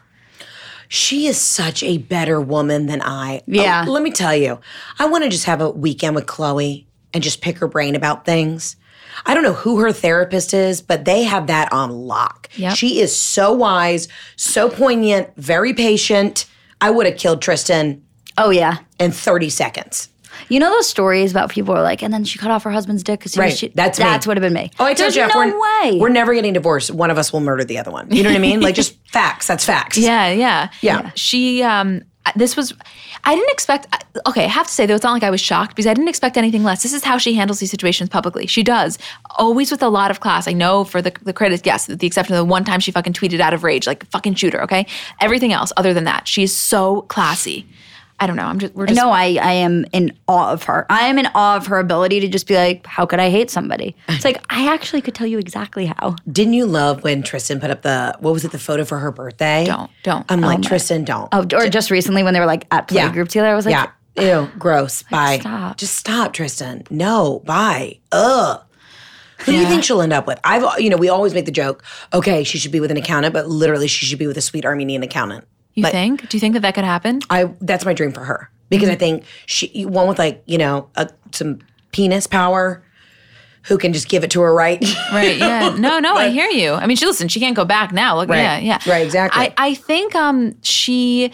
Speaker 3: She is such a better woman than I.
Speaker 2: Yeah.
Speaker 3: Oh, let me tell you, I want to just have a weekend with Chloe and just pick her brain about things. I don't know who her therapist is, but they have that on lock.
Speaker 1: Yep.
Speaker 3: She is so wise, so poignant, very patient. I would have killed Tristan
Speaker 2: Oh yeah,
Speaker 3: in 30 seconds.
Speaker 2: you know those stories about people who are like, and then she cut off her husband's dick because
Speaker 3: Right.
Speaker 2: she,
Speaker 3: That's me.
Speaker 2: that's would have been me.
Speaker 3: Oh, I told
Speaker 2: There's
Speaker 3: Jeff,
Speaker 2: no
Speaker 3: we're,
Speaker 2: way.
Speaker 3: we're never getting divorced. One of us will murder the other one. You know what I mean? Like
Speaker 2: *laughs*
Speaker 3: just facts. That's facts.
Speaker 1: Yeah, yeah,
Speaker 3: Yeah.
Speaker 1: She, um, this was, I didn't expect. Okay, I have to say though, it's not like I was shocked because I didn't expect anything less. This is how she handles these situations publicly. She does always with a lot of class. I know for the the credit, yes, with the exception of the one time she fucking tweeted out of rage, like fucking shooter. Okay, everything else other than that, she is so classy. I don't know. I'm just we're just
Speaker 2: no, I, I am in awe of her. I am in awe of her ability to just be like, how could I hate somebody? It's like, I actually could tell you exactly how.
Speaker 3: Didn't you love when Tristan put up the, what was it, the photo for her birthday?
Speaker 1: Don't, don't.
Speaker 3: I'm like, Tristan, don't.
Speaker 2: Oh, or just recently when they were like at play
Speaker 3: Yeah.
Speaker 2: group together, I was like,
Speaker 3: yeah. Ew, gross. bye.
Speaker 2: stop.
Speaker 3: Just stop, Tristan. No, bye. Ugh. Who do you
Speaker 1: Yeah.
Speaker 3: think she'll end up with? I've, you know, we always make the joke, okay, she should be with an accountant, but literally she should be with a sweet Armenian accountant.
Speaker 1: you think? Do you think that that could happen?
Speaker 3: I, that's my dream for her because I think she, one with like, you know, a, some penis power who can just give it to her right.
Speaker 1: Right.
Speaker 2: *laughs*
Speaker 1: Yeah. No, no, I hear you. I mean, she listen, she can't go back now. Look,
Speaker 3: Right.
Speaker 1: yeah, yeah.
Speaker 3: Right, exactly.
Speaker 1: I, I think um she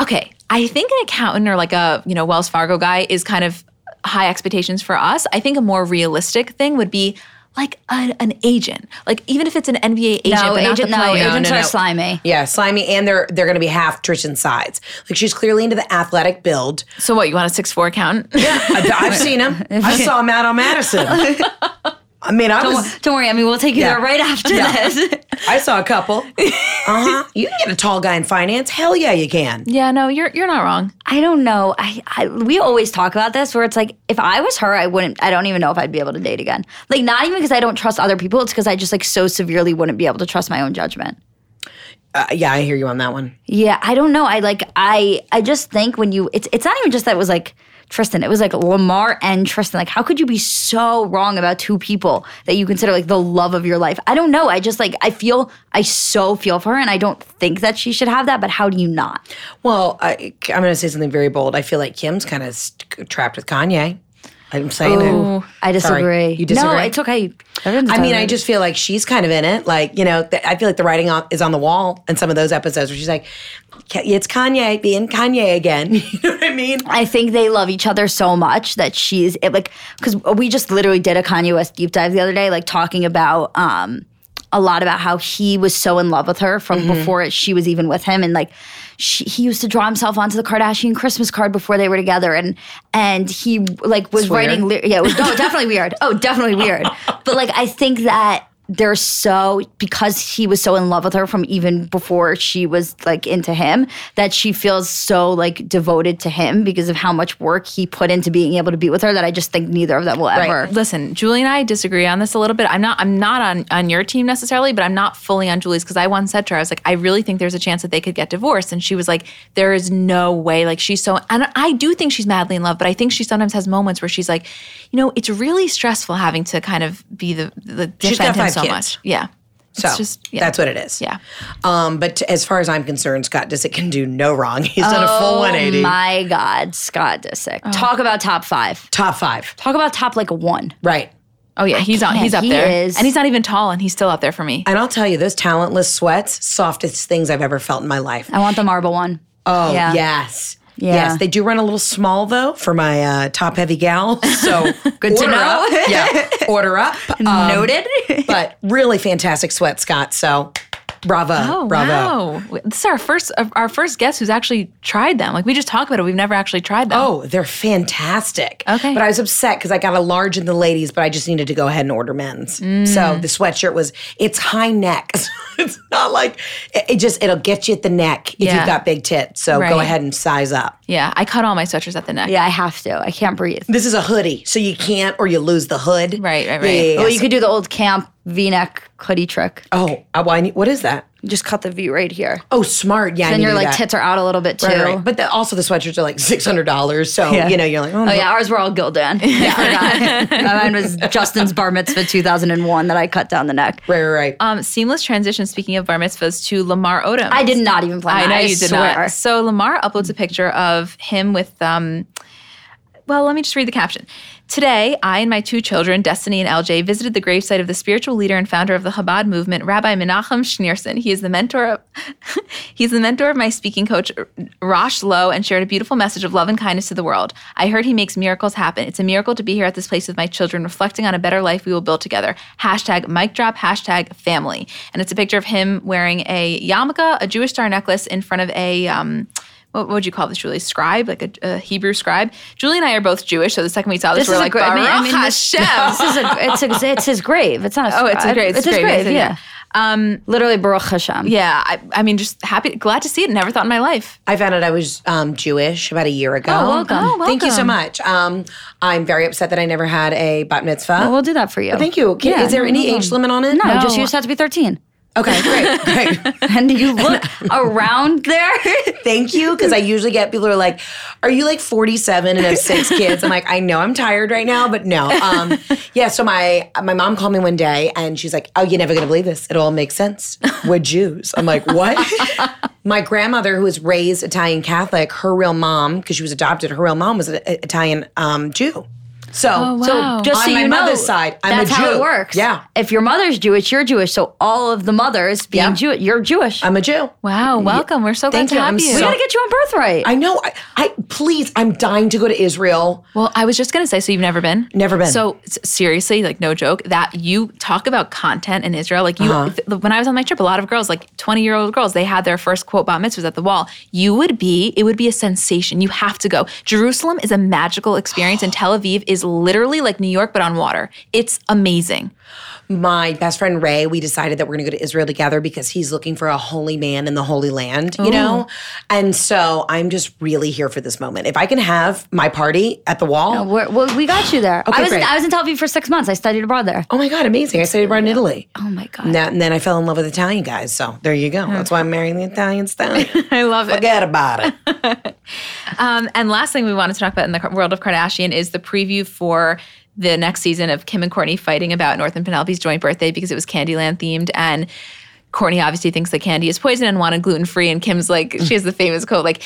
Speaker 1: okay. I think an accountant or like a, you know, Wells Fargo guy is kind of high expectations for us. I think a more realistic thing would be like a, an agent. Like even if it's an NBA agent,
Speaker 2: no,
Speaker 1: but not the
Speaker 2: agent, no,
Speaker 1: player.
Speaker 2: agents
Speaker 3: no,
Speaker 2: are
Speaker 3: no.
Speaker 2: slimy.
Speaker 3: yeah, slimy, and they're they're going to be half Tristan sides. Like she's clearly into the athletic build.
Speaker 1: So what, you want a six four accountant?
Speaker 2: *laughs*
Speaker 3: I, I've seen him. I saw him out on Madison. I mean, I was
Speaker 2: Don't worry, I mean, we'll take you
Speaker 3: Yeah.
Speaker 2: there right after *laughs* this.
Speaker 3: I saw a couple. Uh huh. You can get a tall guy in finance. Hell yeah, you can.
Speaker 1: yeah, no, you're you're not wrong.
Speaker 2: I don't know. I, I we always talk about this where it's like if I was her, I wouldn't. I don't even know if I'd be able to date again. Like not even because I don't trust other people. It's because I just like so severely wouldn't be able to trust my own judgment.
Speaker 3: Uh, yeah, I hear you on that one.
Speaker 2: Yeah, I don't know. I like I I just think when you it's it's not even just that it was like Tristan. It was like Lamar and Tristan. Like how could you be so wrong about two people that you consider like the love of your life? I don't know. I just like I feel I so feel for her and I don't think that she should have that, but how do you not?
Speaker 3: Well, I, I'm going to say something very bold. I feel like Kim's kind of st- trapped with Kanye. I'm saying that.
Speaker 2: I disagree.
Speaker 3: You disagree?
Speaker 2: No, it's okay. Everyone's
Speaker 3: I mean,
Speaker 2: entitled.
Speaker 3: I just feel like she's kind of in it. Like, you know, th- I feel like the writing on, is on the wall in some of those episodes where she's like, "K- it's Kanye being Kanye again. *laughs* you know what I mean?
Speaker 2: I think they love each other so much that she's it, like because we just literally did a Kanye West deep dive the other day, like talking about um a lot about how he was so in love with her from before she was even with him, and like she, he used to draw himself onto the Kardashian Christmas card before they were together, and and he like was writing, ly- yeah, it was, no, definitely weird, oh, definitely weird, but like I think that. They're so because he was so in love with her from even before she was like into him that she feels so like devoted to him because of how much work he put into being able to be with her that I just think neither of them will ever.
Speaker 1: Listen, Julie and I disagree on this a little bit. I'm not I'm not on on your team necessarily, but I'm not fully on Julie's because I once said to her, I was like, I really think there's a chance that they could get divorced, and she was like, there is no way. Like she's so, and I do think she's madly in love, but I think she sometimes has moments where she's like, you know, it's really stressful having to kind of be the the defend
Speaker 3: She's got
Speaker 1: him
Speaker 3: five
Speaker 1: so
Speaker 3: kids.
Speaker 1: much. Yeah.
Speaker 3: So
Speaker 1: it's just yeah.
Speaker 3: that's what it is.
Speaker 1: Yeah.
Speaker 3: Um, but t- as far as I'm concerned, Scott Disick can do no wrong. *laughs* He's done a full 180.
Speaker 2: My God, Scott Disick. Talk about top five.
Speaker 3: Top five.
Speaker 2: Talk about top like one.
Speaker 3: Right.
Speaker 1: Oh yeah, he's on.
Speaker 2: can't.
Speaker 1: He's up
Speaker 2: He
Speaker 1: there,
Speaker 2: is-
Speaker 1: and he's not even tall, and he's still up there for me.
Speaker 3: And I'll tell you, those talentless sweats, softest things I've ever felt in my life.
Speaker 2: I want the marble one.
Speaker 3: Oh,
Speaker 2: yeah.
Speaker 3: yes.
Speaker 2: Yeah.
Speaker 3: Yes, they do run a little small though for my uh, top heavy gal. *laughs* So good
Speaker 2: to know.
Speaker 3: Up. Yeah, order up. Um,
Speaker 2: Noted.
Speaker 3: but really fantastic sweat, Scott. So Bravo.
Speaker 1: Oh
Speaker 3: bravo.
Speaker 1: wow! This is our first our first guest who's actually tried them. Like we just talk about it, we've never actually tried them.
Speaker 3: Oh, they're fantastic.
Speaker 1: Okay.
Speaker 3: But I was upset because I got a large in the ladies, but I just needed to go ahead and order men's. So the sweatshirt was, it's high neck. *laughs* So it's not like, it, it just, it'll get you at the neck if
Speaker 1: Yeah.
Speaker 3: you've got big tits. So
Speaker 1: Right.
Speaker 3: go ahead and size up.
Speaker 1: yeah, I cut all my sweatshirts at the neck.
Speaker 2: *laughs* Yeah, I have to. I can't breathe.
Speaker 3: This is a hoodie. So you can't, or you lose the hood.
Speaker 1: Right, right,
Speaker 3: Yeah,
Speaker 1: right.
Speaker 3: yeah, yeah.
Speaker 2: Well, you could do the old camp V-neck hoodie trick.
Speaker 3: oh, I, well, I need, what is that?
Speaker 2: Just cut the V right here.
Speaker 3: Oh, smart. Yeah. I
Speaker 2: Then
Speaker 3: need to
Speaker 2: your
Speaker 3: do
Speaker 2: like
Speaker 3: that.
Speaker 2: tits are out a little bit too.
Speaker 3: Right, right. But the, also the sweatshirts are like $600. So, you know, you're like, oh,
Speaker 2: Oh yeah, ours were all gill down. *laughs* I forgot. Uh, Mine was Justin's bar mitzvah 2001 that I cut down the neck.
Speaker 3: Right, right, right.
Speaker 1: Um, seamless transition. Speaking of bar mitzvahs, to Lamar Odom.
Speaker 2: I did not even plan.
Speaker 1: I
Speaker 2: that,
Speaker 1: know you did
Speaker 2: swear.
Speaker 1: not. So Lamar uploads a picture of him with um well, let me just read the caption. Today, I and my two children, Destiny and LJ, visited the gravesite of the spiritual leader and founder of the Chabad movement, Rabbi Menachem Schneerson. He is the mentor of he's the mentor of my speaking coach Rosh Lowe and shared a beautiful message of love and kindness to the world. I heard he makes miracles happen. It's a miracle to be here at this place with my children, reflecting on a better life we will build together. Hashtag mic drop, hashtag family. And it's a picture of him wearing a yarmulke, a Jewish star necklace in front of a um what would you call this, Julie? Scribe, like a, a Hebrew scribe. Julie and I are both Jewish, so the second we saw this,
Speaker 2: This
Speaker 1: we're
Speaker 2: is a
Speaker 1: like,
Speaker 2: great- I mean- I
Speaker 1: Baruch
Speaker 2: mean, this-
Speaker 1: Hashem.
Speaker 2: Oh, This is a, it's, a, it's his grave. It's not.
Speaker 1: *laughs*
Speaker 2: A
Speaker 1: oh, it's a
Speaker 2: scribe.
Speaker 1: great, it's,
Speaker 2: It's his
Speaker 1: great,
Speaker 2: grave.
Speaker 1: yeah.
Speaker 2: Yeah. Literally Baruch Hashem.
Speaker 1: yeah. I, I mean, just happy, glad to see it. Never thought in my life.
Speaker 3: I found out I was um, Jewish about a year ago.
Speaker 1: Oh, welcome. Oh,
Speaker 3: Thank you so
Speaker 1: welcome.
Speaker 3: much. Um, I'm very upset that I never had a bat mitzvah.
Speaker 2: We'll do that for you.
Speaker 3: Thank you. Can-
Speaker 2: Yeah,
Speaker 3: is there
Speaker 2: no
Speaker 3: any
Speaker 2: problem.
Speaker 3: age limit on it?
Speaker 2: No, just
Speaker 1: No.
Speaker 2: you just have to be 13.
Speaker 3: Okay,
Speaker 2: *laughs*
Speaker 3: great, great.
Speaker 2: And you look
Speaker 3: *laughs*
Speaker 2: around there.
Speaker 3: Thank you, because I usually get people who are like, "Are you like 47 and have six kids?" I'm like, "I know I'm tired right now, but no." Um, yeah. So my my mom called me one day and she's like, "Oh, you're never gonna believe this. It all makes sense. We're Jews." I'm like, "What?" my grandmother, who was raised Italian Catholic, her real mom, because she was adopted, her real mom was an I- Italian um, Jew. So,
Speaker 1: wow.
Speaker 2: So just
Speaker 3: Oh. on
Speaker 2: so
Speaker 3: my
Speaker 2: you know,
Speaker 3: mother's side, I'm
Speaker 2: that's
Speaker 3: a Jew.
Speaker 2: how it works.
Speaker 3: Yeah.
Speaker 2: If your mother's Jewish, you're Jewish. So all of the mothers being
Speaker 3: Yeah.
Speaker 2: Jewish, you're Jewish.
Speaker 3: I'm a Jew.
Speaker 1: Wow, welcome. We're so glad
Speaker 3: Thank
Speaker 1: to
Speaker 3: you.
Speaker 1: have
Speaker 3: I'm
Speaker 1: you.
Speaker 2: we
Speaker 3: so-
Speaker 2: gotta get you on birthright.
Speaker 3: I know. I, I please, I'm dying to go to Israel.
Speaker 1: Well, I was just gonna say, so you've never been?
Speaker 3: Never been.
Speaker 1: So s- seriously, like no joke, that you talk about content in Israel. Like you,
Speaker 3: Uh-huh.
Speaker 1: th- when I was on my trip, a lot of girls, like twenty year old girls, they had their first quote bat mitzvahs at the wall. You would be, it would be a sensation. You have to go. Jerusalem is a magical experience,
Speaker 3: *gasps*
Speaker 1: and Tel Aviv is literally like New York but on water. It's amazing.
Speaker 3: my best friend Ray, we decided that we're going to go to Israel together because he's looking for a holy man in the Holy Land, you
Speaker 2: Oh.
Speaker 3: know? And so I'm just really here for this moment. If I can have my party at the wall,
Speaker 2: We're, well, we got you there. I was in,
Speaker 3: great.
Speaker 2: I was in Tel Aviv for six months. I studied abroad there.
Speaker 3: oh my God, amazing. I studied abroad in Italy.
Speaker 2: Oh my god.
Speaker 3: And, that- and then I fell in love with Italian guys. So there you go. That's why I'm marrying the Italian
Speaker 2: *laughs*
Speaker 3: stallion.
Speaker 1: I love it.
Speaker 3: Forget about it.
Speaker 1: Um, and last thing we wanted to talk about in the Kar- world of Kardashian is the preview for the next season of Kim and Courtney fighting about North and Penelope's joint birthday because it was Candyland themed and. Courtney obviously thinks that candy is poison and wanted gluten free, and Kim's like, she has the famous quote, like,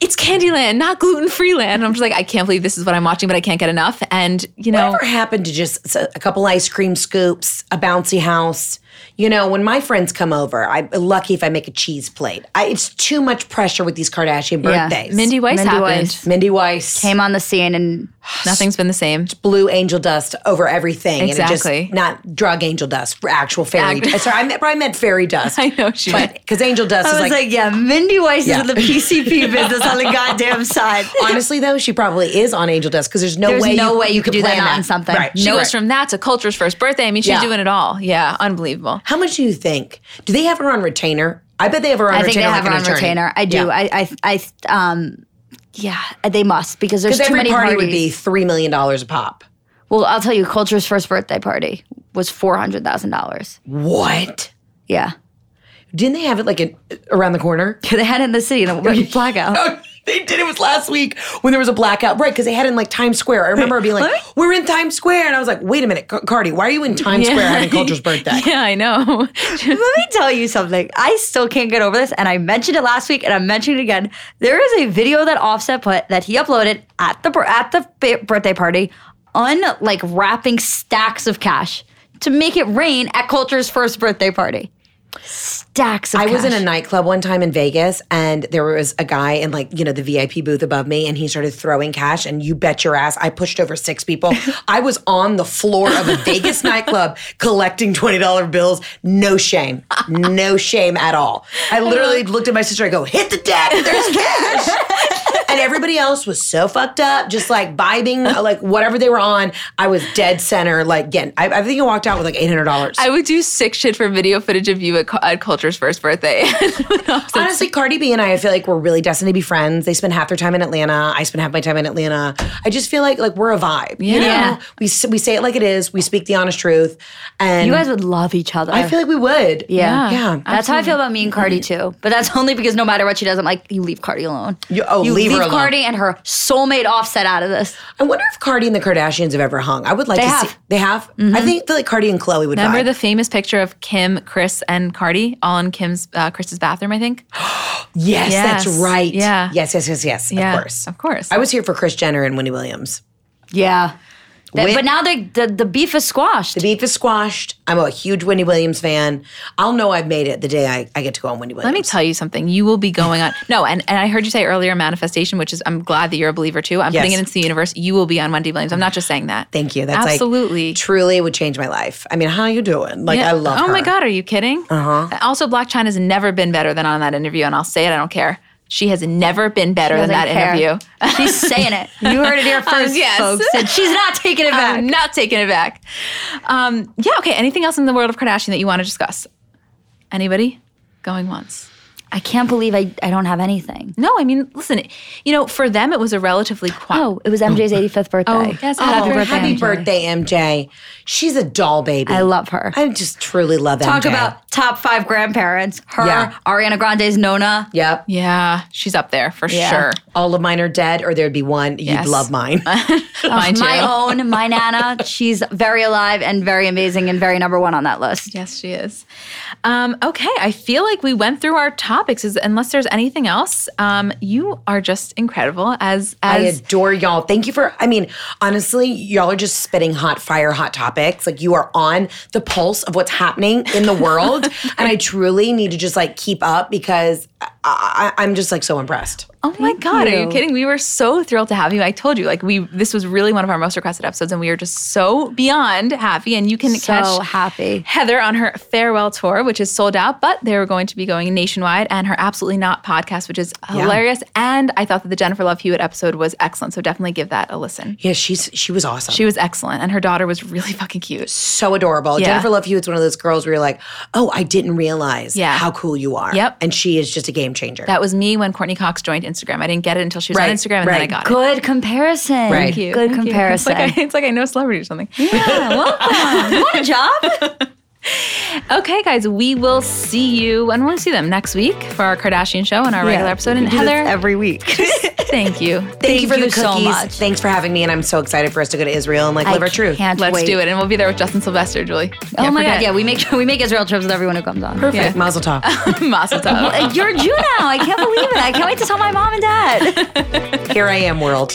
Speaker 1: "It's Candyland, not gluten free land." And I'm just like, I can't believe this is what I'm watching, but I can't get enough. And you
Speaker 2: Oh.
Speaker 1: know,
Speaker 3: Whatever happened to just s- a couple ice cream scoops, a bouncy house? You know, when my friends come over, I'm lucky if I make a cheese plate. I, it's too much pressure with these Kardashian
Speaker 2: Yeah.
Speaker 3: birthdays.
Speaker 1: Mindy Weiss
Speaker 2: Mindy
Speaker 1: happened.
Speaker 2: Weiss.
Speaker 3: Mindy Weiss.
Speaker 2: Came on the scene and
Speaker 1: Nothing's been the same.
Speaker 3: blue angel dust over everything. And
Speaker 1: Exactly.
Speaker 3: it just, not drug angel dust, actual fairy
Speaker 1: Ac-
Speaker 3: dust. *laughs* Sorry, I meant, probably meant fairy
Speaker 2: *laughs*
Speaker 3: dust.
Speaker 1: I know she
Speaker 3: But because angel dust
Speaker 2: I
Speaker 3: is
Speaker 2: was like, *laughs*
Speaker 3: like,
Speaker 2: yeah, Mindy Weiss
Speaker 3: Yeah.
Speaker 2: is in the *laughs* PCP business on the goddamn side.
Speaker 3: honestly though, she probably is on angel dust because there's no
Speaker 2: There's
Speaker 3: way
Speaker 2: no way you could do
Speaker 3: plan
Speaker 2: that on something.
Speaker 3: Right.
Speaker 1: She
Speaker 2: No.
Speaker 1: goes from that to Culture's first birthday. I mean, she's
Speaker 3: Yeah.
Speaker 1: doing it all. Yeah, unbelievable. *laughs*
Speaker 3: How much do you think? Do they have her on retainer? I bet they have her on
Speaker 2: I think
Speaker 3: retainer.
Speaker 2: they have
Speaker 3: like
Speaker 2: her
Speaker 3: an
Speaker 2: on
Speaker 3: attorney.
Speaker 2: retainer. I do.
Speaker 3: Yeah.
Speaker 2: I, I, I, um, yeah, they must because there's
Speaker 3: Because
Speaker 2: too
Speaker 3: every
Speaker 2: many
Speaker 3: party
Speaker 2: parties.
Speaker 3: would be $3 million a pop.
Speaker 2: Well, I'll tell you, Culture's first birthday party was four hundred thousand dollars.
Speaker 3: What?
Speaker 2: Yeah, *laughs*
Speaker 3: Didn't they have it like in, around the corner?
Speaker 2: they had it in the city in a blackout.
Speaker 3: *laughs* They did. It was last week when there was a blackout, right? Because they had it in like Times Square. I remember being like, "We're in Times Square," and I was like, "Wait a minute, Ca- Cardi, why are you in Times Square having Culture's birthday?"
Speaker 1: Yeah, I know.
Speaker 2: *laughs* Let me tell you something. I still can't get over this, and I mentioned it last week, and I'm mentioning it again. There is a video that Offset put that he uploaded at the bir- at the bi- birthday party, on like wrapping stacks of cash to make it rain at Coulter's first birthday party. Stacks of
Speaker 3: I was in
Speaker 2: cash.
Speaker 3: a nightclub one time in Vegas, and there was a guy in like you know the VIP booth above me, and he started throwing cash. And you bet your ass, I pushed over six
Speaker 2: *laughs*
Speaker 3: people. I was on the floor of a Vegas nightclub collecting twenty dollar bills. No shame, no shame at all. I
Speaker 2: *laughs*
Speaker 3: literally looked at my sister. I go, hit the deck. There's cash. and everybody else was so fucked up, just like vibing, like whatever they were on. I was dead center, like getting. I, I think I walked out with like eight hundred dollars.
Speaker 1: I would do sick shit for video footage of you at, Cu- at Culture's first birthday. *laughs*
Speaker 3: Honestly, Cardi B and I, I feel like we're really destined to be friends. They spend half their time in Atlanta. I spend half my time in Atlanta. I just feel like like we're a vibe. You
Speaker 1: Yeah.
Speaker 3: know, we s- we say it like it is. We speak the honest truth, and
Speaker 2: you guys would love each other.
Speaker 3: I feel like we would.
Speaker 2: Yeah.
Speaker 3: yeah.
Speaker 2: That's how I feel about me and Cardi too. But that's *laughs* only because no matter what she does, I'm like, you leave Cardi alone.
Speaker 3: You- oh, leave her alone.
Speaker 2: Cardi and her soulmate offset out of this.
Speaker 3: I wonder if Cardi and the Kardashians have ever hung. I would like
Speaker 2: They
Speaker 3: to
Speaker 2: have.
Speaker 3: see. They have. I think feel like Cardi and Chloe would.
Speaker 1: Remember
Speaker 3: vibe.
Speaker 1: the famous picture of Kim, Chris, and Cardi all in Kim's uh, Chris's bathroom, I think?
Speaker 3: yes,
Speaker 1: Yes.
Speaker 3: that's right.
Speaker 1: Yeah.
Speaker 3: Yes, yes, yes, yes.
Speaker 1: Yeah,
Speaker 3: Of course.
Speaker 1: Of course.
Speaker 3: I was here for Chris Jenner and Wendy Williams.
Speaker 2: Yeah.
Speaker 3: Wait.
Speaker 2: but now they, the the beef is squashed.
Speaker 3: The beef is squashed. I'm a huge Wendy Williams fan. I'll know I've made it the day I, I get to go on Wendy
Speaker 1: Let
Speaker 3: Williams.
Speaker 1: me tell you something. You will be going on. No, and, and I heard you say earlier manifestation, which is I'm glad that you're a believer too. I'm putting it
Speaker 3: Yes.
Speaker 1: into the universe. You will be on Wendy Williams. I'm not just saying that.
Speaker 3: Thank you. That's
Speaker 1: Absolutely.
Speaker 3: like truly would change my life. I mean, how you doing? Like
Speaker 1: Yeah.
Speaker 3: I love
Speaker 1: Oh my
Speaker 3: her.
Speaker 1: God, are you kidding? Uh-huh. Also, Black China's never been better than on that interview, and I'll say it, I don't care. She has never been better than
Speaker 2: doesn't
Speaker 1: that
Speaker 2: care.
Speaker 1: interview.
Speaker 2: She's saying it. *laughs* Um, You heard it here first,
Speaker 1: yes.
Speaker 2: folks. And she's not taking it back.
Speaker 1: I'm not taking it back. Um, yeah, okay. Anything else in the world of Kardashian that you want to discuss? Anybody? Going once.
Speaker 2: I can't believe I, I don't have anything.
Speaker 1: No, I mean, listen, you know, for them it was a relatively quiet.
Speaker 2: Oh, it was MJ's 85th birthday.
Speaker 1: Oh, yes, happy
Speaker 3: Oh,
Speaker 1: birthday,
Speaker 3: happy
Speaker 1: MJ.
Speaker 3: birthday, MJ. She's a doll baby.
Speaker 2: I love her.
Speaker 3: I just truly love that.
Speaker 2: Talk about top five grandparents. Her,
Speaker 3: Yeah.
Speaker 2: Ariana Grande's Nona.
Speaker 3: Yep.
Speaker 1: Yeah, she's up there for
Speaker 2: Yeah.
Speaker 1: sure.
Speaker 3: All of mine are dead, or there'd be one.
Speaker 1: Yes.
Speaker 3: You'd love mine.
Speaker 1: Mine too.
Speaker 2: My own, my *laughs* Nana. She's very alive and very amazing and very number one on that list.
Speaker 1: Yes, she is. Um, okay, I feel like we went through our topics. Is, unless there's anything else, um, you are just incredible. As
Speaker 3: I
Speaker 1: as
Speaker 3: adore y'all. Thank you for, I mean, honestly, y'all are just spitting hot fire, hot topics. Like you are on the pulse of what's happening in the world. and I truly need to just like keep up because I, I, I'm just like so impressed.
Speaker 1: oh my god, are you
Speaker 2: you.
Speaker 1: kidding? We were so thrilled to have you. I told you, like we this was really one of our most requested episodes, and we are just so beyond happy. And you can
Speaker 2: So
Speaker 1: catch
Speaker 2: happy.
Speaker 1: Heather on her farewell tour, which is sold out, but they were going to be going nationwide, and her Absolutely Not podcast, which is hilarious. And I thought that the Jennifer Love Hewitt episode was excellent, so definitely give that a listen.
Speaker 3: Yeah, she's she was awesome.
Speaker 1: She was excellent, and her daughter was really *laughs* fucking cute.
Speaker 3: so adorable. Jennifer Love Hewitt's one of those girls where you're like, oh, I didn't realize
Speaker 1: Yeah.
Speaker 3: how cool you are.
Speaker 1: Yep.
Speaker 3: And she is just a game changer.
Speaker 1: That was me when Courtney Cox joined Instagram. I didn't get it until she was on
Speaker 3: Right,
Speaker 1: Instagram, and then I
Speaker 3: right.
Speaker 1: got it.
Speaker 2: Good comparison.
Speaker 3: Thank
Speaker 1: Cute.
Speaker 2: Good
Speaker 1: Thank you. *laughs* It's
Speaker 2: comparison.
Speaker 1: like, I, it's like I know a celebrity or something.
Speaker 2: yeah, welcome. what a *laughs* job.
Speaker 1: Okay, guys, we will see you, and we'll see them next week for our Kardashian show and our regular episode. And Heather,
Speaker 2: every *laughs* week.
Speaker 1: thank
Speaker 2: *laughs*
Speaker 1: you.
Speaker 3: Thank, you for
Speaker 2: Thank
Speaker 3: the
Speaker 2: you
Speaker 3: cookies.
Speaker 2: so much.
Speaker 3: Thanks for having me. And I'm so excited for us to go to Israel and like live our truth.
Speaker 2: Can't
Speaker 1: Let's
Speaker 2: wait.
Speaker 1: do it, and we'll be there with Justin Sylvester, Julie.
Speaker 2: Oh
Speaker 1: Can't
Speaker 2: my
Speaker 1: forget.
Speaker 2: god, yeah, we make *laughs* we make Israel trips with everyone who comes on.
Speaker 3: Perfect. Mazel tov.
Speaker 1: *laughs*
Speaker 2: *laughs*
Speaker 1: Mazel tov.
Speaker 2: Uh, You're a Jew now. I can't believe it. I can't wait to tell my mom and dad.
Speaker 3: Here I am, world.